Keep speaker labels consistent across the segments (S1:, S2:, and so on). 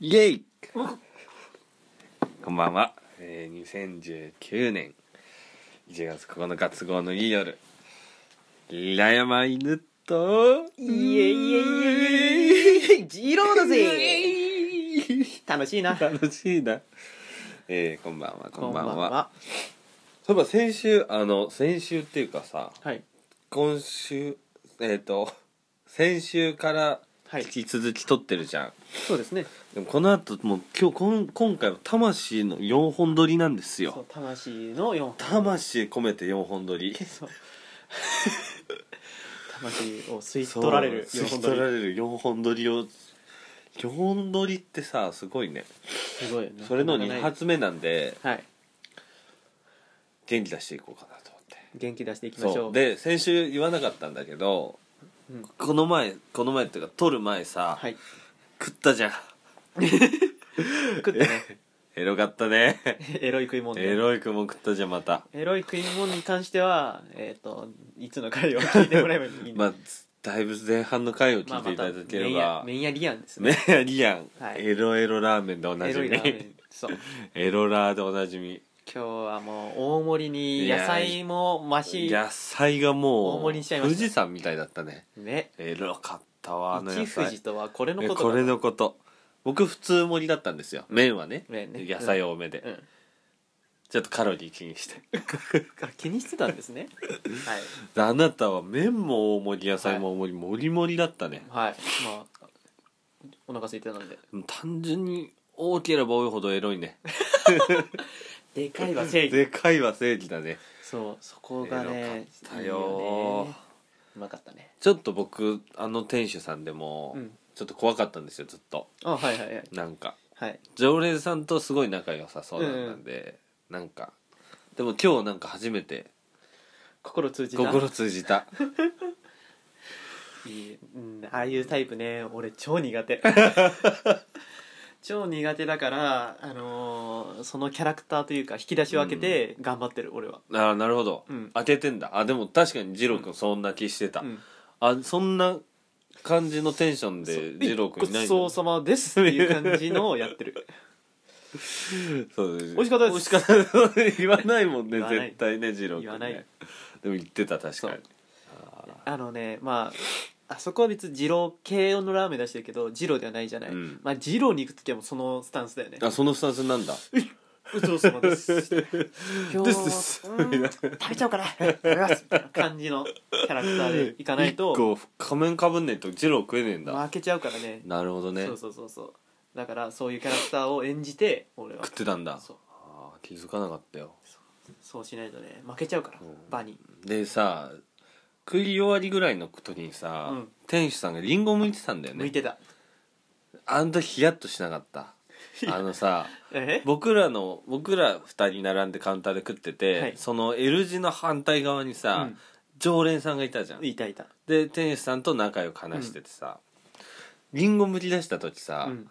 S1: イエイこんばんは、えー、2019年1月9日都合のいい夜平山犬と
S2: いえいえいえいえジローだぜ楽しいな
S1: 楽しいなえー、こんばんはこんばんは
S2: こんばんは
S1: そういえば先週あの先週っていうかさ
S2: はい
S1: 今週えっ、と先週から
S2: はい
S1: 引き続き撮ってるじゃん、
S2: そうですね
S1: でもこの後もう今日こん今回は魂の4本撮りなんです
S2: そ
S1: よ
S2: う魂の4
S1: 魂込めて4本撮り
S2: そう魂を吸い取られる
S1: そう
S2: 4
S1: 吸
S2: 本
S1: い
S2: 撮
S1: 取ら
S2: り
S1: れる4本撮りを4本撮りってさすごいね
S2: すごいな
S1: それの
S2: な
S1: 2
S2: かなかない
S1: 発目なんで
S2: はい
S1: 元気出していこうかなと思って
S2: 元気出していきまし
S1: そ
S2: ょ
S1: う
S2: う
S1: で先週言わなかったんだけど
S2: うん
S1: この前この前っていうか撮る前さ、
S2: はい
S1: 食ったじゃん
S2: 食ってね
S1: エロかったね
S2: エロい食い物
S1: エロいくも食ったじゃんまた
S2: エロい食い物に関してはえっ、といつの回を聞いてもらえばいいんで
S1: まあだいぶ前半の回を聞いていただければ、
S2: メンヤメンヤリアンですね
S1: ね えリアン、
S2: はい
S1: エロエロラーメンでおな
S2: エ
S1: じ
S2: ロ
S1: み
S2: いラーメンそう
S1: エロラーでおなじみ
S2: 今日はもう大盛りに野菜も増し
S1: 野菜が
S2: 大
S1: も
S2: 盛り
S1: う
S2: にしちゃいました
S1: 富士山みたいだったね
S2: ね
S1: エロかったわあの野
S2: 一富
S1: 菜
S2: 士とはこれの
S1: え
S2: こと
S1: これのこと僕普通盛りだったんですよ麺はね
S2: 麺ね
S1: 野菜多めで、
S2: うん
S1: ちょっとカロリー気にして
S2: あ気にしてたんです ね
S1: あなたは麺も大盛り野菜も大盛り、盛り盛りだったね
S2: はいはいまあお腹空いてたんで
S1: 単純に多ければ多いほどエロいね
S2: でかいわ正義
S1: でかいは正義だね
S2: そうそこがね
S1: エロかったよ
S2: いいよねうまかったね
S1: ちょっと僕あの店主さんでも、
S2: うん
S1: ちょっと怖かったんですよずっと
S2: あはいはいはい
S1: なんか
S2: はい
S1: 常連さんとすごい仲良さそうだったんで、なんかでも今日なんか初めて
S2: 心通じた
S1: 心通じ た
S2: いい、うん、ああいうタイプね俺超苦 手超苦手だから、あのーそのキャラクターというか引き出しを開けて頑張ってる、俺は、
S1: ああなるほど、
S2: うん
S1: 開けてんだあでも確かに二郎君そんな気してた、
S2: うん、
S1: あそんな感じのテンションで二郎君いないんだ
S2: ごちそうさまですっていう感じのをやってる
S1: そうです
S2: 美味しかったです
S1: 美味しかった です言わないもんね
S2: 言わない
S1: 絶対ね二郎君ね
S2: 言わない
S1: でも言ってた確かに
S2: そうあのねまああそこは別に二郎系のラーメン出してるけど二郎ではないじゃない、
S1: うん
S2: まあ二郎に行く時はもうそのスタンスだ よね
S1: あそのスタンスなんだ
S2: ごちそうさまです 今日
S1: ですです
S2: うーん食べちゃおう かな食べますみたいな感じのキャラクターで行かない
S1: 一
S2: と
S1: 個仮面かぶんねえと二郎食えねえんだ、
S2: 負けちゃうからね
S1: なるほどね
S2: そうそうそうそうだからそういうキャラクターを演じて俺は
S1: 食ってたんだ
S2: そう
S1: あー気づかなかったよ
S2: そうしないとね負けちゃうから
S1: ん
S2: 場に
S1: でさ食い終わりぐらいの時にさ、
S2: うん
S1: 店主さんがリンゴ剥いてたんだよ
S2: 向い
S1: ね
S2: てた
S1: あの時ヒヤッとしなかったあのさ
S2: え
S1: 僕らの僕ら2人並んでカウンターで食ってて、
S2: はい
S1: その L 字の反対側にさ、
S2: うん
S1: 常連さんがいたじゃん
S2: いたいた
S1: で店主さんと仲良く話しててさ、リンゴ剥き出した時さ
S2: う、ん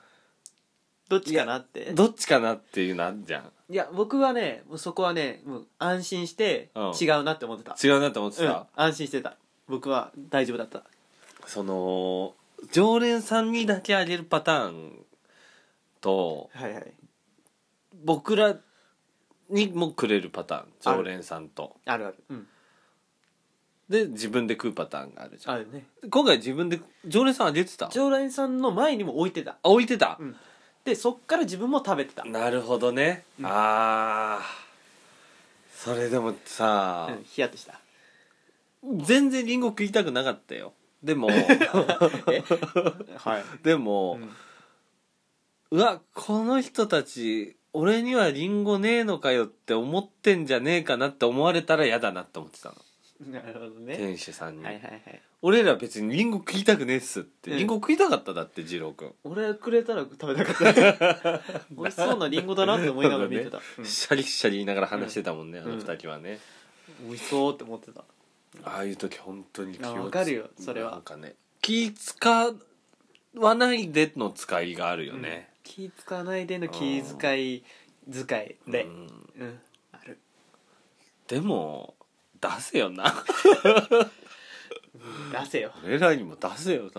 S2: どっちかなって
S1: どっちかなっていうのあんじゃん
S2: いや僕はねもうそこはねもう安心して
S1: うん
S2: 違うなって思ってた、
S1: 違うなって思って
S2: うん
S1: た、
S2: 安心してた僕は大丈夫だった
S1: その常連さんにだけあげるパターンと
S2: はいはい
S1: 僕らにもくれるパターン常連さんと
S2: あるあるうん
S1: で自分で食うパターンがあるじゃ
S2: あるね
S1: ん今回自分で常連さんあげてた
S2: 常連さんの前にも置いてた
S1: あ置いてた、
S2: うんでそっから自分も食べてた、
S1: なるほどね、ああそれでもさ、
S2: うん、ヒヤッとした
S1: 全然リンゴ食いたくなかったよで も
S2: え はい、
S1: でも
S2: う、ん
S1: うわこの人たち俺にはリンゴねえのかよって思ってんじゃねえかなって思われたら嫌だなって思ってたの
S2: なるほどね
S1: 店主さんに、
S2: はいはいはい
S1: 俺ら別にリンゴ食いたくねえっすって、
S2: うん
S1: リンゴ食いたかっただって二郎君
S2: 俺くれたら食べたかった 美味しそうなリンゴだなって思いながら見てた、うん
S1: シャリシャリ言いながら話してたもんね、
S2: ん
S1: あの二人はね、
S2: 美味しそうって思ってた
S1: ああいう時本当に気をつ
S2: あわかるよそれは
S1: なんかね気使わないでの使いがあるよね、
S2: うん気使わないでの気遣い遣いで
S1: う
S2: うんん、ある
S1: でも出せよな
S2: 出せよ
S1: 俺らにも出せよ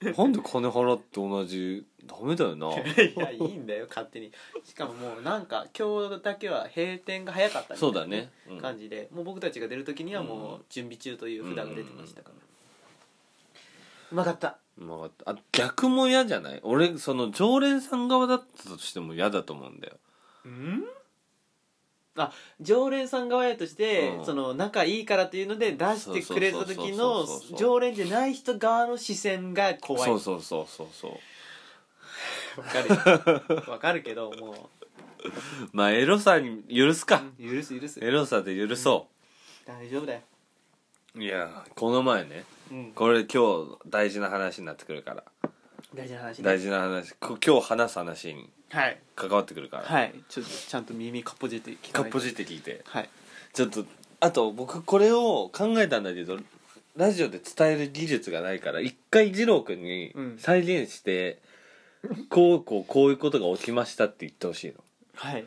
S1: な なんで金払って同じダメだよな
S2: いやいいんだよ勝手にしかももうなんか今日だけは閉店が早かったみたいな
S1: そうだね、うん
S2: 感じで、もう僕たちが出る時には
S1: う
S2: も
S1: ん
S2: う準備中という札が出てましたから、うまかった
S1: うまかったあ逆も嫌じゃない俺その常連さん側だったとしても嫌だと思うんだよ
S2: うんあ常連さん側やとして、
S1: うん
S2: その仲いいからっていうので出してくれた時
S1: そ
S2: の
S1: うそうそうそうそう
S2: 常連じゃない人側の視線が怖い
S1: そ
S2: わ
S1: うそうそうそうそう
S2: かる よわかるけども
S1: まあエロさに許すか、
S2: う許す許す
S1: エロさで許そ
S2: 大丈夫だよ
S1: う、いやこの前ね
S2: うん
S1: これ今日大事な話になってくるから
S2: 大事な話ね
S1: 大事な話こ今日話す話に
S2: はい
S1: 関わってくるから、
S2: はいちょっとちゃんと耳かっぽじって
S1: か
S2: 聞か
S1: っ
S2: ない
S1: ぽ
S2: と
S1: じって聞いて
S2: はい
S1: ちょっとあと僕これを考えたんだけどラジオで伝える技術がないから一回二郎君に
S2: うん
S1: 再現して、こうこうこういうことが起きましたって言ってほしい
S2: はい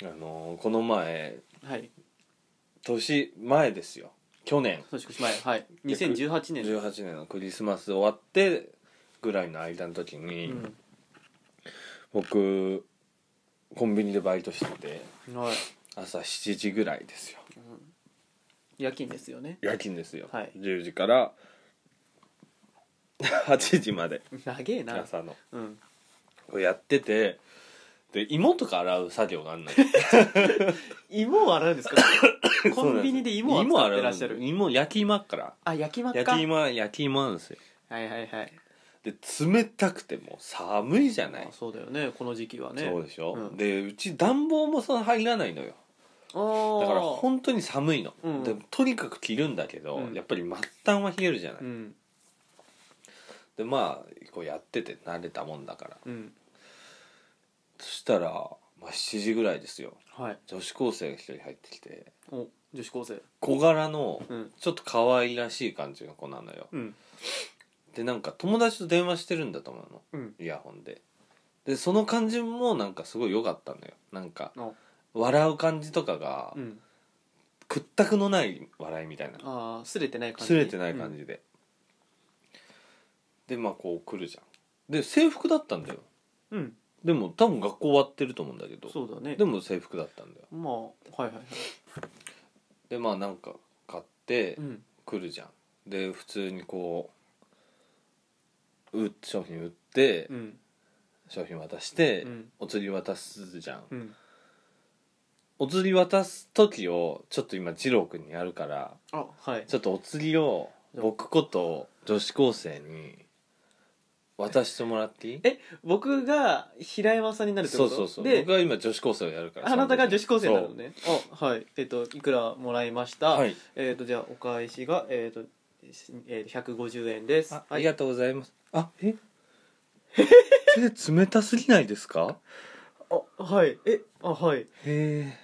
S1: の、あのーこの前
S2: はい
S1: 年前ですよ去年
S2: 年越し前はい2018年
S1: 18年のクリスマス終わってぐらいの間の時に、
S2: う
S1: 僕コンビニでバイトしてて
S2: んはい
S1: 朝7時ぐらいですよ
S2: 夜勤ですよね
S1: 夜勤ですよ、
S2: はい
S1: 10時から 8時まで
S2: 長えな
S1: 朝の
S2: うん
S1: こうやっててで芋とか洗う作業があんのよ
S2: 芋を洗うんですか コンビニで芋
S1: そ
S2: を
S1: う
S2: 扱
S1: なんですよ
S2: ってらっしゃる
S1: 芋洗う芋焼き芋あっから
S2: あ焼きまっか
S1: 焼き芋は焼き芋なんですよ
S2: はいはいはい
S1: で冷たくてもう寒いじゃない
S2: あ、そうだよねこの時期はね
S1: そうでしょ、
S2: うん
S1: でうち暖房もその入らないのよ
S2: ああ
S1: だから本当に寒いの、
S2: うん
S1: でとにかく着るんだけど、
S2: うん
S1: やっぱり末端は冷えるじゃない、
S2: うん
S1: でまあこうやってて慣れたもんだから
S2: うん
S1: そしたら、まあ、7時ぐらいですよ
S2: はい
S1: 女子高生が一人入ってきて
S2: お女子高生
S1: 小柄の
S2: うん
S1: ちょっと可愛らしい感じの子なのよ
S2: うん
S1: でなんか友達と電話してるんだと思うの
S2: うん
S1: イヤホンででその感じもなんかすごい良かったのよなんか
S2: あ
S1: 笑う感じとかが
S2: うん
S1: 屈託のない笑いみたいな
S2: ああすれてない感じ
S1: すれてない感じで、でまあこう来るじゃんで制服だったんだよ
S2: うん、うん
S1: でも多分学校終わってると思うんだけど
S2: そうだね
S1: でも制服だったんだよ
S2: まあはいはいはい
S1: でまあなんか買って
S2: うん
S1: 来るじゃんで普通にこうう商品売って、
S2: うん
S1: 商品渡して、
S2: うん
S1: お釣り渡すじゃん、
S2: うん
S1: お釣り渡す時をちょっと今二郎君にやるから
S2: あはい
S1: ちょっとお釣りを僕こと女子高生に渡してもらっていい
S2: え僕が平山さんになるって
S1: そ
S2: こ
S1: う
S2: と
S1: そうそう
S2: で
S1: 僕は今女子高生をやるから
S2: あなたが女子高生なの
S1: そう
S2: ねあはいえっ、といくらもらいました、
S1: はい
S2: えっ、とじゃあお返しがえっ、と、えー、150円です
S1: ああ
S2: は
S1: り
S2: い
S1: がとうございますあえ 手冷たすぎないですか
S2: あはいえあはい
S1: へえ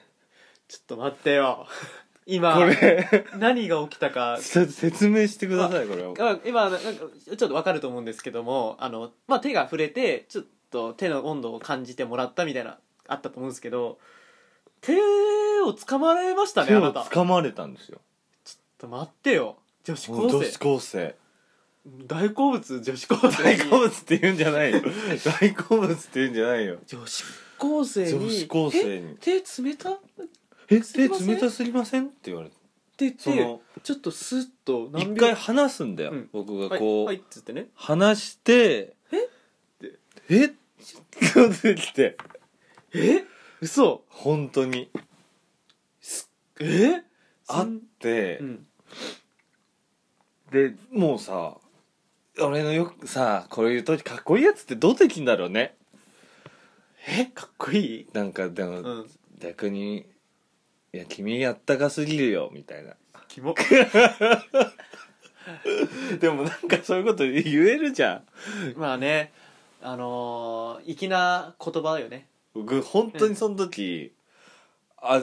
S2: ちょっと待っ てよ今
S1: これ
S2: 何が起きたか
S1: せ説明してくださいこれを
S2: あ今なんかちょっとわかると思うんですけどもあの、まあ、手が触れてちょっと手の温度を感じてもらったみたいなあったと思うんですけど手を掴まれましたね
S1: 手
S2: あ
S1: を
S2: なたちょっ
S1: 掴まれたんですよ
S2: と待ってよ女子高
S1: 女
S2: 生
S1: 子高生
S2: 大好物女子高生
S1: 大
S2: に
S1: 好物って言うんじゃないよ大好物って言うんじゃないよ
S2: 女子高生に
S1: 女子高
S2: え
S1: 生に
S2: 手冷たっ
S1: 「え
S2: す
S1: 手
S2: いません
S1: 冷たすぎません?」って言われて
S2: て言っ
S1: そ
S2: て
S1: の
S2: ちょっとスッと
S1: 一
S2: 何秒
S1: 回話すんだよ、
S2: うん
S1: 僕がこう、
S2: はいはいっつってね
S1: 話して「
S2: え
S1: って「えっ?」てきて
S2: え嘘
S1: 本当に
S2: え
S1: あ
S2: あ
S1: って、
S2: うん
S1: でもうさ俺のよくさこういう時かっこいいやつってどうできんだろうね
S2: えかっこいい
S1: なんかでも、
S2: うん
S1: 逆に「いや君あったかすぎるよ」みたいな
S2: キモ
S1: でもなんかそういうこと言えるじゃ
S2: まあねあのー、粋な言葉よね
S1: ん僕本当にその時、あ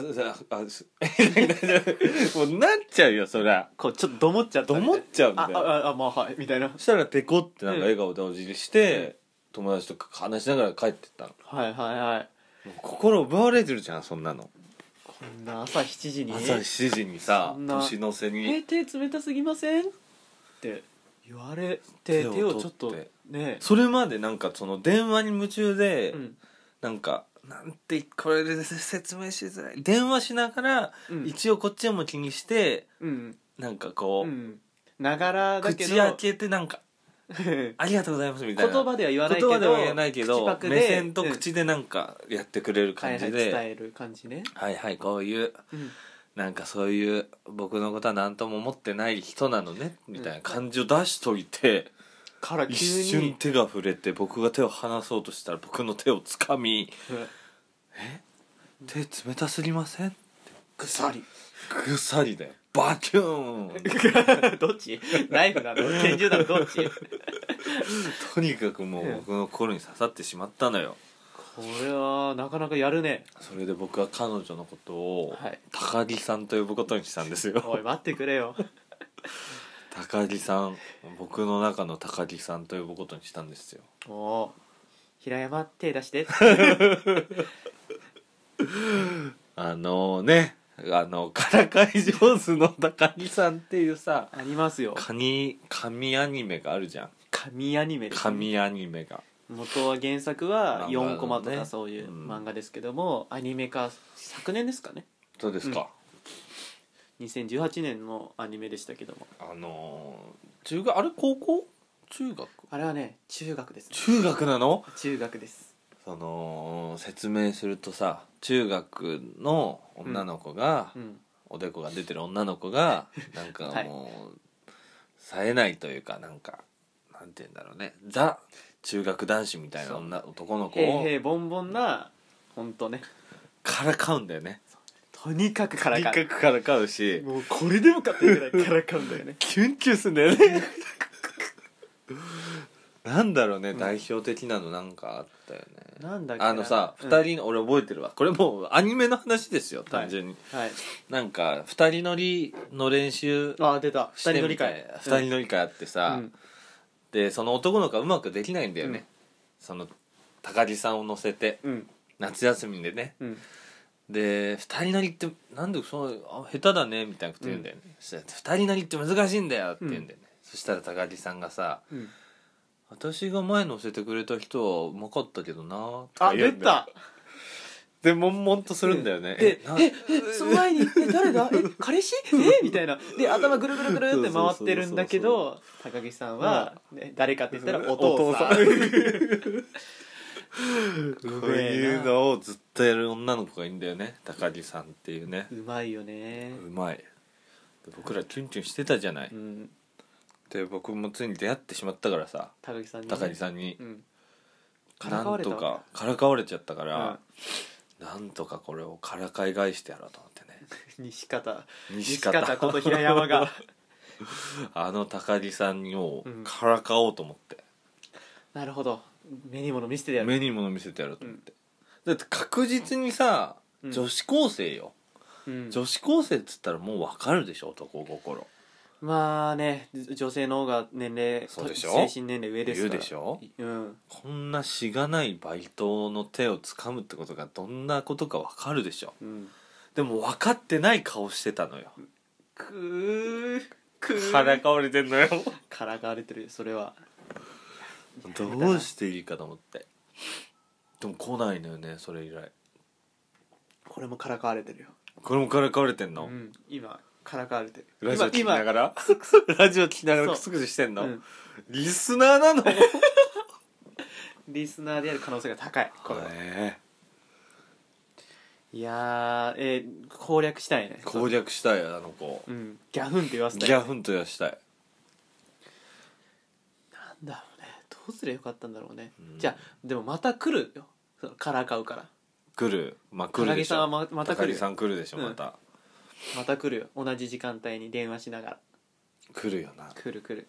S1: ああす もうなっちゃうよそりゃ
S2: こうちょっとどもっちゃっ
S1: と
S2: たみたい
S1: 思っちゃうんだ
S2: あ
S1: よ
S2: ああまあはいみたいな
S1: そしたらペコってなんか笑顔でお辞儀して、友達とか話しながら帰ってったの
S2: はいはいはい
S1: もう心奪われてるじゃんそんなの
S2: こんな朝7時に
S1: 朝7時にさ
S2: そんな
S1: 年の瀬
S2: え
S1: に
S2: 手冷たすぎませんって言われて手
S1: 手を
S2: を
S1: 取って
S2: ちょっとね
S1: それまでなんかその電話に夢中で、
S2: うん
S1: なんかなんてこれで説明しづらい電話しながら、
S2: うん
S1: 一応こっちも気にして
S2: うん
S1: なんかこ
S2: う
S1: う、
S2: んながらだけど
S1: 口開けてなんか「ありがとうございます」みたいな
S2: 言葉では言わないけど
S1: 言葉では言えないけ
S2: 口
S1: ど
S2: パクで
S1: 目線と口でなんかやってくれる感じ
S2: はいはい
S1: で
S2: 伝える感じね、
S1: 「はいはいこういう
S2: うん
S1: なんかそういう僕のことは何とも思ってない人なのね」みたいな感じを出しといて
S2: から
S1: 一
S2: 急
S1: 瞬
S2: に
S1: 手が触れて僕が手を離そうとしたら僕の手をつかみ「手冷たすぎません?」
S2: ぐさり
S1: 鎖だよバキューン
S2: どっちナイフなの拳銃なのどっち
S1: とにかくも
S2: う
S1: うん僕の心に刺さってしまったのよ
S2: これはなかなかや るね
S1: それで僕は彼女のことを
S2: はい
S1: 高木さんと呼ぶことにしたんですよ
S2: おい待ってくれよ
S1: 高木さん僕の中の高木さんと呼ぶことにしたんですよ
S2: おう平山手出して
S1: あのねあのからかい上手の高木さんっていうさ
S2: ありますよ
S1: カニ神アニメがあるじゃん
S2: 神アニメです
S1: 神アニメが
S2: 元は原作は
S1: 漫画のね
S2: 4コマとかそういう
S1: うん
S2: 漫画ですけども、アニメ化昨年ですかね
S1: どうですか、
S2: 2018年のアニメでしたけども
S1: あの中学あれ高校中学
S2: あれはね中学ですね
S1: 中学なの
S2: 中学です
S1: その説明するとさ中学の女の子が、
S2: うん
S1: おでこが出てる女の子がなんかもう、冴えないというかなんかなんて言うんだろうねザ中学男子みたいな女男の子
S2: へいへ
S1: を
S2: いボンボンな本当ね
S1: からかうんだよね
S2: とにかくか
S1: と
S2: ら
S1: に
S2: か
S1: か
S2: う
S1: くからかうし
S2: もうこれでもかっていうぐらいからかうんだよね
S1: キュンキュンすんだよね なんだろうね、
S2: ん
S1: 代表的なのなんかあったよね
S2: なんだっけな
S1: あのさ、
S2: うん
S1: 二人の俺覚えてるわこれもうアニメの話ですよ単純に、
S2: はい
S1: なんか二人乗りの練習
S2: あ出た二人乗り
S1: して
S2: 会
S1: みたいな二人乗り会あってさ、
S2: うん
S1: でその男の子はうまくできないんだよね、
S2: うん
S1: その高木さんを乗せて
S2: うん
S1: 夏休みでね
S2: うん
S1: で二人乗りってなんでそのあ下手だねみたいなこと言うんだよね、そしたら二人乗りって難しいんだよって言うんだよね、そしたら高木さんがさ
S2: うん
S1: 「私が前乗せてくれた人はうまかったけどな」と
S2: あ
S1: か言
S2: 出
S1: うんだよ
S2: た
S1: で悶々とするんだよね、
S2: で
S1: な
S2: ええその前に「え誰だえ 彼氏えみたいなで頭ぐるぐるぐるって回ってるんだけど高木さんは、ね、誰かって言ったらお父さん
S1: お こういう
S2: う
S1: のをずっとやる女の子がいいんだよね高木さんっていうね
S2: まいよね
S1: うまいで僕らキュンキュンしてたじゃない、
S2: うん
S1: で僕もついに出会ってしまったからさ
S2: 高木さんにね、
S1: 高木さんに、
S2: うんからか
S1: な
S2: わ
S1: ん
S2: れた
S1: とかからかわれちゃったから、なんとかこれをからかい返してやろうと思ってね
S2: 西方
S1: 西方
S2: こと平山が
S1: あの高木さんを
S2: うん
S1: からかおうと思って、
S2: なるほど目に物見せてやる
S1: 目に物見せてやろうと思って、だって確実にさ
S2: うん
S1: 女子高生よ、
S2: うん
S1: 女子高生っつったらもうわかるでしょ男心
S2: まあね女性の方が年齢
S1: そうでしょ
S2: 精神年齢上です
S1: 言
S2: か
S1: う
S2: ら
S1: でしょ
S2: うん
S1: こんなしがないバイトの手をつかむってことがどんなことかわかるでしょ
S2: うん
S1: でも分かってない顔してたのよ
S2: くーくー
S1: 腹かわれてんのよ
S2: からかわれてるそれは
S1: どうしていいかと思ってでも来ないのよねそれ以来
S2: これもからかわれてるよ、
S1: これもからかわれてんの、
S2: うん、今からかわれてる
S1: ラジオ聞きなが
S2: ら
S1: ら ラジオ聞きながらクスクスしてんの、リスナーなの
S2: リスナーである可能性が高いこれは、
S1: ね
S2: いやー、えー攻略したいね
S1: 攻略したいあの子
S2: うんギャフンって言わせたい
S1: ギャフンとやしたい
S2: なんだろうねどうすりゃよかったんだろうね、
S1: うん
S2: じゃあでもまた来るよそのからかうから
S1: 来るまあ来るでしょ
S2: 高木さんはままた来るよ
S1: 高木さん来るでしょ
S2: うん
S1: また、
S2: また来るよ同じ時間帯に電話しながら
S1: 来るよな
S2: 来る来る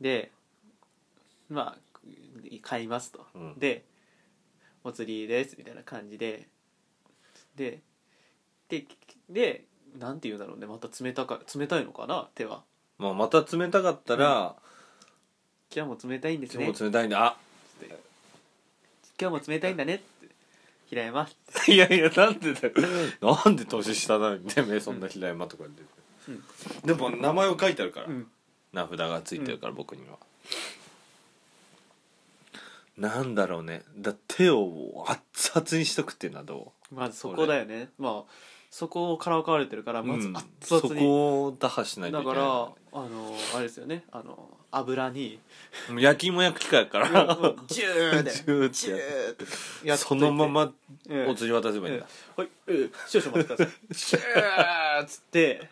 S2: でまあ買いますと、
S1: うん
S2: で「お釣りです」みたいな感じででででなんて言うんだろうねまた冷たか冷たいのかな手は
S1: まあまた冷たかったら、
S2: 「今日も冷たいんですね」
S1: 今日も冷たいんだあ
S2: 今日も冷たいんだね」って平山
S1: いやいやなんでだよなんで年下なのにてめえそんな平山とか言って
S2: うん
S1: でも名前を書いてあるから、
S2: うん
S1: 名札がついてるから、僕にはなんだろうねだ手を熱々にしとくっていうのはど
S2: まずそこだよねまあそこをからかわれてるから
S1: う、
S2: まず
S1: うん
S2: 熱
S1: そ
S2: 々に、
S1: こを打破しないと
S2: だ
S1: いけ
S2: か
S1: ない
S2: らあのあれですよねあの油に
S1: もう焼き芋焼く機会やか
S2: いや
S1: ら
S2: もうジューで
S1: ジューって
S2: ジュ
S1: や
S2: ーってやっといて
S1: そのまま
S2: ええ
S1: お釣り渡せばいいんだ、
S2: はい、えー、少々お待ちください。シューっつって、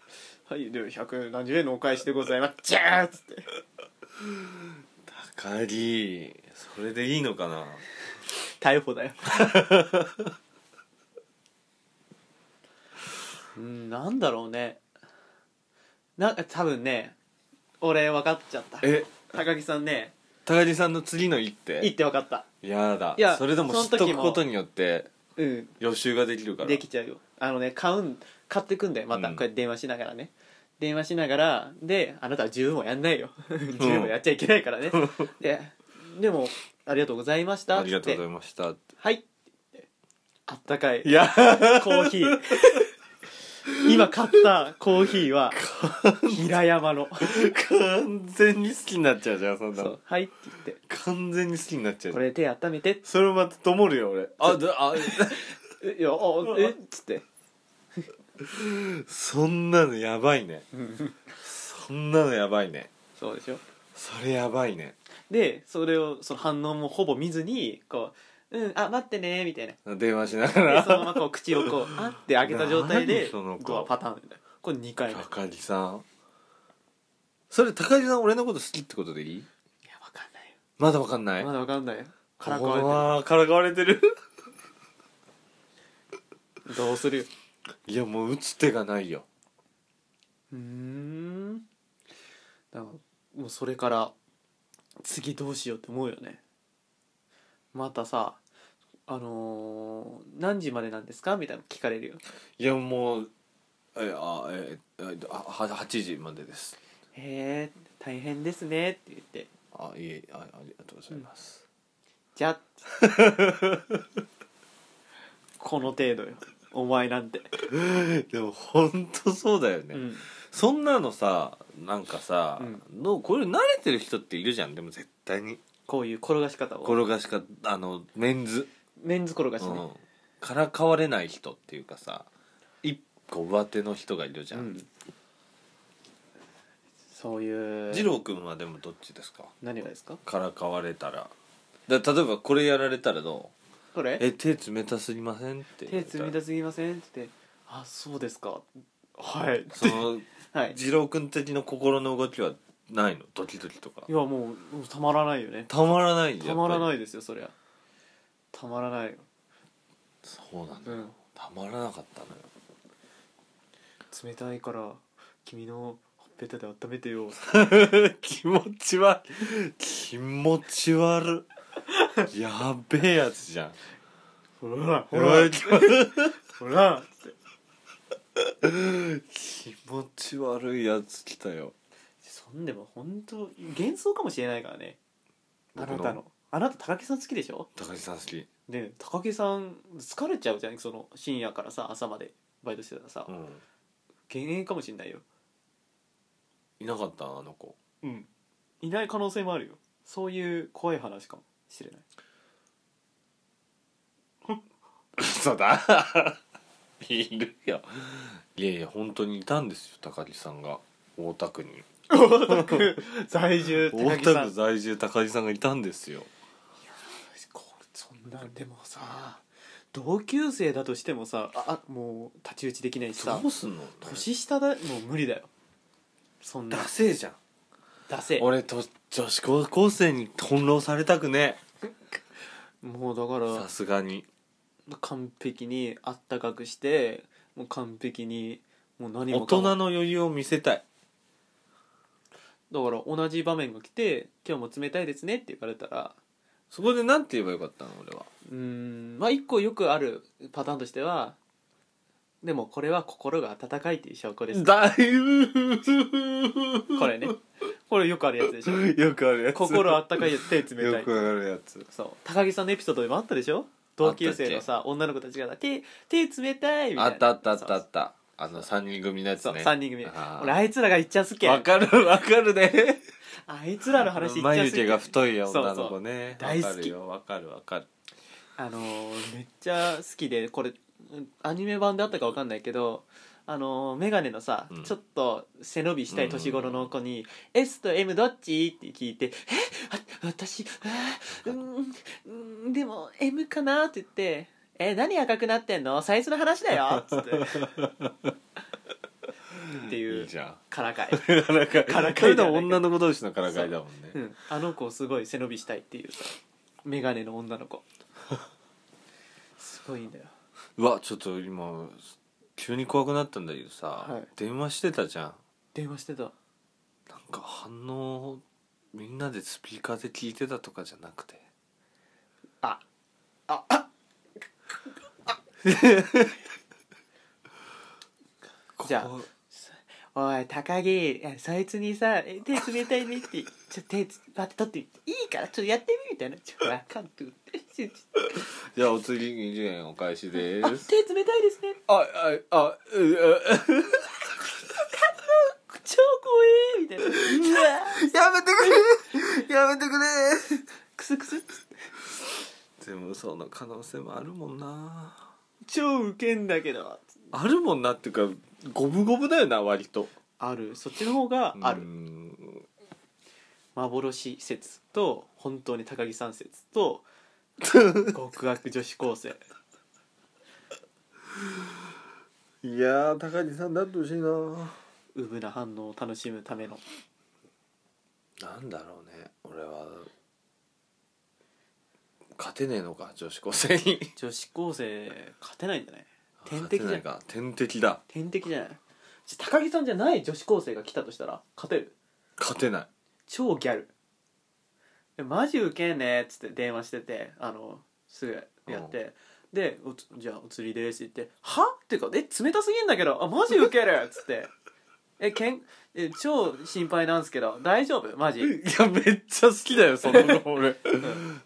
S2: はい、で、百何十円のお返しでございます。ジューっつって。
S1: かりそれでいいのかな
S2: 逮捕だよ。うん、なんだろうね。なんか多分ね、俺分かっちゃった。
S1: え
S2: 高木さんね、
S1: 高木さんの次の一手
S2: いいって分かった。
S1: やだ
S2: いや
S1: それでも知っとくことによって
S2: うん、
S1: 予習ができるから
S2: できちゃうよ。あのね、買うん、買ってくんだよ。また、
S1: うん
S2: こうやって電話しながらね。電話しながら、で、あなたは10もやんないよ。10もやっちゃいけないからね。ででも「ありがとうございました」
S1: あ
S2: っ
S1: り
S2: つ
S1: が
S2: っ
S1: とうござい
S2: て
S1: ましたって
S2: 「はい」って言ってあったかい
S1: いや
S2: コーヒー 今買ったコーヒーは平山 の
S1: 完全に好きになっちゃうじゃんそんな
S2: そ
S1: の
S2: う「はい」って言って
S1: 完全に好きになっち
S2: 「
S1: ゃう
S2: こ
S1: じゃん
S2: れ手温めて
S1: それまたともるよ俺あだあ」
S2: えいやあえっつって
S1: そんなのやばいねそんなのやばいね
S2: そうでしょ
S1: それやばいね
S2: でそれをその反応もほぼ見ずにこう「うんあ待ってね」み たいな
S1: 電話しなが
S2: で
S1: ら
S2: そのままこう口をこう「あ」って開けた状態で
S1: 何その子
S2: ドアパターンみたいなこれ2回目いや
S1: 高木さんそれ高木さん俺のこと好きってことでいい
S2: わかんないよ
S1: まだわかんない
S2: まだわかんないよからか
S1: う
S2: わ
S1: わーからかわれてる
S2: れてるどうするよ
S1: いやもう打つ手がないよ
S2: うーんだからもうそれから次どうしようって思うよねまたさあのー何時までなんですか?」みたいなの聞かれるよ
S1: いやもうえあええあは8時までです
S2: 「へえ大変ですね」って言って
S1: あいえあありがとうございます、
S2: 「じゃあ」この程度よお前なんて、
S1: でも本当そうだよね、
S2: うん、
S1: そんなのさなんかさ、
S2: う
S1: どうこれ慣れてる人っているじゃんでも絶対に
S2: こういう転がし方を
S1: 転がしかあのメンズ、
S2: メンズ転がし
S1: う
S2: ね
S1: ん、からかわれない人っていうかさ一個上手の人がいるじ
S2: う
S1: ゃ
S2: ん、
S1: ん、
S2: そういう
S1: 二郎君はでもどっちですか
S2: 何がですか
S1: からかわれたらだ例えばこれやられたらどう
S2: これ
S1: え手冷たすぎませんって
S2: 手冷た
S1: す
S2: すぎませんって言って「あそうですかはい」
S1: そ の
S2: はいい
S1: 二郎君的な心の動きはないのドキドキとか
S2: やもうもうたまらないよね
S1: たまらない
S2: たまら
S1: い
S2: ないですよそりゃたまらないよ、
S1: そうなんだ
S2: う
S1: よ、
S2: ん、
S1: たまらなかったのよ
S2: 冷たいから君のほっぺたで温めてよ
S1: 気持ち悪い気持ち悪いやべえやつじゃん
S2: ほらほ
S1: ほ
S2: ら
S1: ら
S2: ほらって
S1: 気持ち悪いやつ来たよ
S2: そんでも本当幻想かもしれないからねあ
S1: 僕
S2: なたのあなた高木さん好きでしょ
S1: 高木さん好き
S2: で高木さん疲れちゃうじゃんその深夜からさ朝までバイトしてたらさ
S1: うん
S2: 減塩かもしれないよ
S1: いなかったあの子
S2: うんいない可能性もあるよそういう怖い話かもしれない
S1: 嘘だ いるよいやいや本当にいたんですよ高木さんが大田区に
S2: 大田区 在住
S1: 大
S2: 高木さ
S1: 田区
S2: ん
S1: 在住高木さんがいたんですよ
S2: これそんなんでもさ同級生だとしてもさああもう太刀打ちできないしさ
S1: どうすんの
S2: 年下だもう無理だよそんな
S1: ダセえじゃん
S2: 出せ
S1: 俺と女子高校生に翻弄されたくね
S2: もうだか
S1: え
S2: ら
S1: さすがに
S2: 完璧にあったかくしてもう完璧にもう何
S1: 大
S2: もかも
S1: 人の余裕を見せたい
S2: だから同じ場面が来て「今日も冷たいですね」って言われたら
S1: そこでなんて言えばよかったの俺は
S2: うーんまあ一個よくあるパターンとしてはでもこれは心が温かいっていう証拠です
S1: だいぶ
S2: これねこれよくあるやつでしょ
S1: よくあるやつ
S2: 心温かいやつ手冷た
S1: よ
S2: い
S1: くあるやつ
S2: そう高木さんのエピソードでもあったでしょ同級生のさ女の子たちがさ「手手冷たい」みたいな
S1: あったあったあったあ
S2: そう
S1: ったあの3人組のやつ
S2: そう、
S1: ね
S2: 3人組
S1: あー
S2: 俺あいつらがいっちゃすけん
S1: わかるわかるね
S2: あいつらの話いっちゃ
S1: 眉
S2: すけ
S1: 毛
S2: ん
S1: が太い
S2: そうそう
S1: 女の子ね
S2: 大好き
S1: わかるよわかるわかる
S2: あのーめっちゃ好きでこれうんアニメ版であったかわかんないけどあのーメガネのさ、
S1: うん
S2: ちょっと背伸びしたい年頃の子に「S と M どっち?」って聞いて「えあ私あーうんうんでも M かな?」って言って「え何赤くなってんのサイズの話だよ」っつって って
S1: い
S2: い
S1: いうじゃん
S2: からかい、
S1: からかい
S2: からかい
S1: こういうの
S2: じゃ
S1: も
S2: ない
S1: 女の子同士のからかいだもん
S2: う
S1: ね
S2: ん、あの子すごい背伸びしたいっていうさメガネの 女の子すごいんだよ
S1: うわちょっと今急に怖くなったんだけどさ、
S2: はい
S1: 電話してたじゃん
S2: 電話してた
S1: なんか反応みんなでスピーカーで聞いてたとかじゃなくて
S2: あああじゃあ
S1: こう
S2: おい高木えそいつにさえ手冷たいねってちょ手つ待って取ってみていいからちょっとやってみみたいなちょわかんってちょちょ
S1: じゃあお釣り20円お返しで
S2: あ
S1: す
S2: 手冷たいですね
S1: あああううう
S2: 超怖えみたいなうわ
S1: やめてくれやめてく
S2: クスクス
S1: れでも嘘の可能性もあるもんな
S2: 超ウケんだけど
S1: あるもんなっていうか五分五分だよな割と
S2: あるそっちの方がある、
S1: うん
S2: 幻説と本当に高木さん説 と極悪女子高生
S1: いやー高木さんだってほしいな
S2: うぶな反応を楽しむための
S1: なんだろうね俺は勝てねえのか女子高生に
S2: 女子高生勝てないんじゃない天敵じゃ
S1: 勝
S2: ん
S1: てないか 天敵だ
S2: 天敵じゃないじゃ高木さんじゃない女子高生が来たとしたら勝てる
S1: 勝てない
S2: 超ギャルでマジウケんねっつって電話しててあのすぐやって、でおつ「じゃあお釣りです」って言って「は?」っていうか「え冷たすぎんだけどあマジウケる」っつって「えけんえ超心配なんですけど大丈夫マジ
S1: いやめっちゃ好きだよその 子俺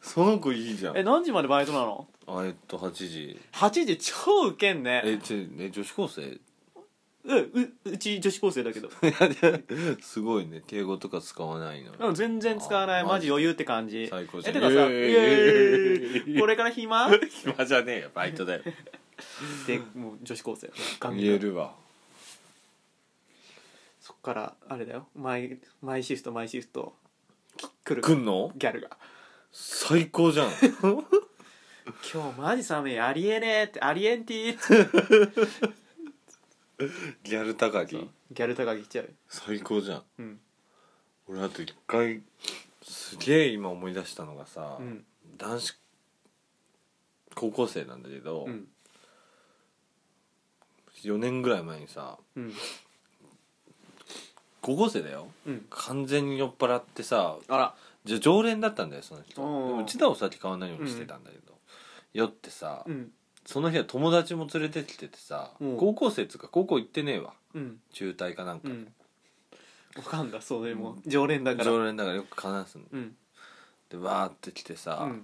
S1: その子いいじゃん
S2: え何時までバイトなの
S1: あえっと8時
S2: ?8 時超ウケんね
S1: えちょえ女子高生
S2: うんううち女子高生だけど
S1: すごいね敬語とか使わないの
S2: うん全然使わない
S1: あ
S2: マジ余裕って感じ
S1: 最高じゃ
S2: え
S1: ん
S2: てかさ
S1: イエーイ
S2: イエーイこれから暇っ
S1: 暇じゃねえよバイトだよ
S2: てもう女子高生ガンガン
S1: 言えるわ
S2: そっからあれだよ毎毎シフト毎シフト来る
S1: 来んの
S2: ギャルが
S1: 最高 じゃん
S2: 「今日マジ寒いありえねえ」って「ありえんてぃ」って
S1: ギャル高木
S2: ギャル高木来ちゃう
S1: 最高じゃん
S2: うん
S1: 俺あと一回すげえ今思い出したのがさ、
S2: うん
S1: 男子高校生なんだけど、
S2: うん
S1: 4年ぐらい前にさ
S2: うん
S1: 高校生だよ
S2: うん
S1: 完全に酔っ払ってさ
S2: あら
S1: じゃ常連だったんだよその人で
S2: おー
S1: もうちではお酒買わないようにしてたんだけど、酔ってさ、
S2: うん
S1: その日は友達も連れてきててさ、
S2: うん
S1: 高校生っつうか高校行ってねえわ
S2: うん
S1: 中退かなんか
S2: う
S1: で、
S2: んわかんだそれも常連だから
S1: 常連だからよく話すん
S2: うん
S1: でわーって来て
S2: う
S1: さ、
S2: ん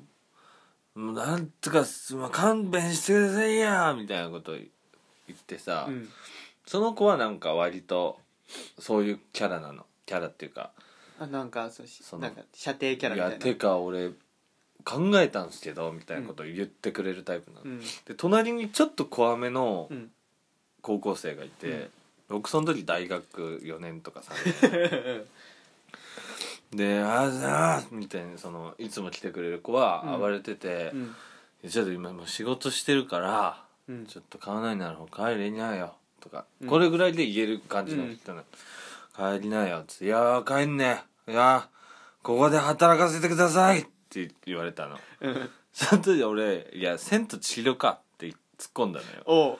S1: もうなんとかすまあ勘弁してくださいやみたいなこと言ってさ、
S2: うん
S1: その子はなんか割とそういうキャラなのキャラっていうか
S2: あなんかそうし
S1: その
S2: なんか射程キャラみ
S1: や
S2: たいな
S1: てか俺考えたんすけどみたいなことを言ってくれるタイプなの、
S2: うん
S1: で隣にちょっと怖めの
S2: うん
S1: 高校生がいて、
S2: うん
S1: 僕その時大学4年とかさ
S2: うん
S1: で「あざー」みたいなそのいつも来てくれる子は
S2: うん
S1: 暴れてて
S2: う、ん
S1: ちょっと今もう仕事してるから
S2: うん
S1: ちょっと買わないなら他帰りなよとか、
S2: うん
S1: これぐらいで言える感じの人なの、帰りなよっつって「いやー帰んねいやーここで働かせてください」って言われたの
S2: うん
S1: その時俺「いや千と千尋か」って突っ込んだのよ
S2: おう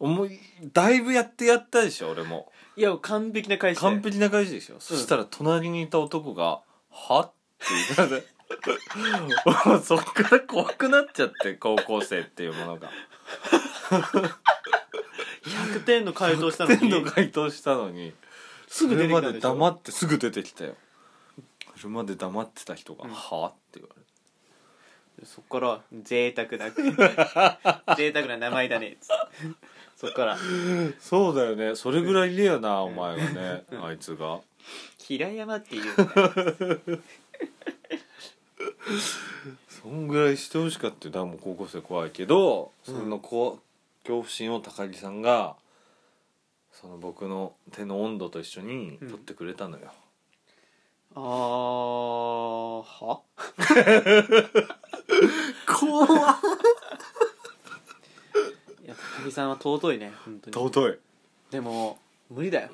S1: 思いだいぶやってやったでしょ俺も
S2: いや完璧な返しだよ
S1: 完璧な返しでしょ、そしたら隣にいた男が「は?」って言ったの もうそっから怖くなっちゃって高校生っていうものが
S2: 100点の回答したの
S1: 天
S2: に
S1: の回答したのに
S2: すぐ出てきた
S1: 車
S2: ん
S1: で
S2: でしょ
S1: 黙ってすぐ出てきたよ車で黙ってた人が「
S2: うん
S1: はあ?」って言われて
S2: そっから贅沢な贅沢な名前だねっつってそっから
S1: そうだよねそれぐらいねやなお
S2: ん
S1: 前はね
S2: うん
S1: あいつが
S2: 平山っていうんだよ
S1: そんぐらいしてほしかったよだからもう高校生怖いけどそのこ、恐怖心を高木さんがその僕の手の温度と一緒に取ってくれたのよ、
S2: あーは怖っいや高木さんは尊いね本当に
S1: 尊い、
S2: でも無理だよ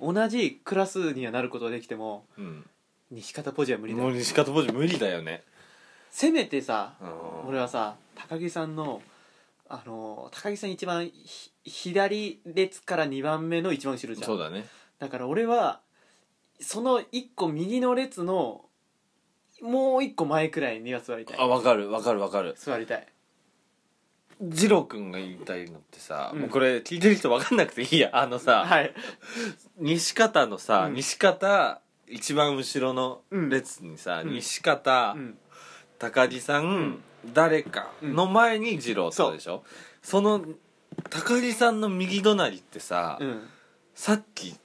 S2: 同じクラスにはなることはできても
S1: うん、
S2: 西方ポジは無理だ
S1: もう
S2: よ
S1: 西方ポジ無理だよね
S2: せめてさ
S1: うん
S2: 俺はさ高木さんのあの高木さん一番ひ左列から2番目の一番後ろじゃん
S1: そうだね
S2: だから俺はその一個右の列のもう一個前くらいには座りたい
S1: あわかるわかるわかる
S2: 座りたい
S1: 二郎君が言いたいのってさ、
S2: うん
S1: もうこれ聞いてる人分かんなくていいや あのさ、
S2: はい
S1: 西方のさ、
S2: うん
S1: 西方一番後ろの列にさ、
S2: うん
S1: 西方、
S2: うん
S1: 高木さん、誰かの前に二郎さんでしょ、その高木さんの右隣ってさ、
S2: うん
S1: さっき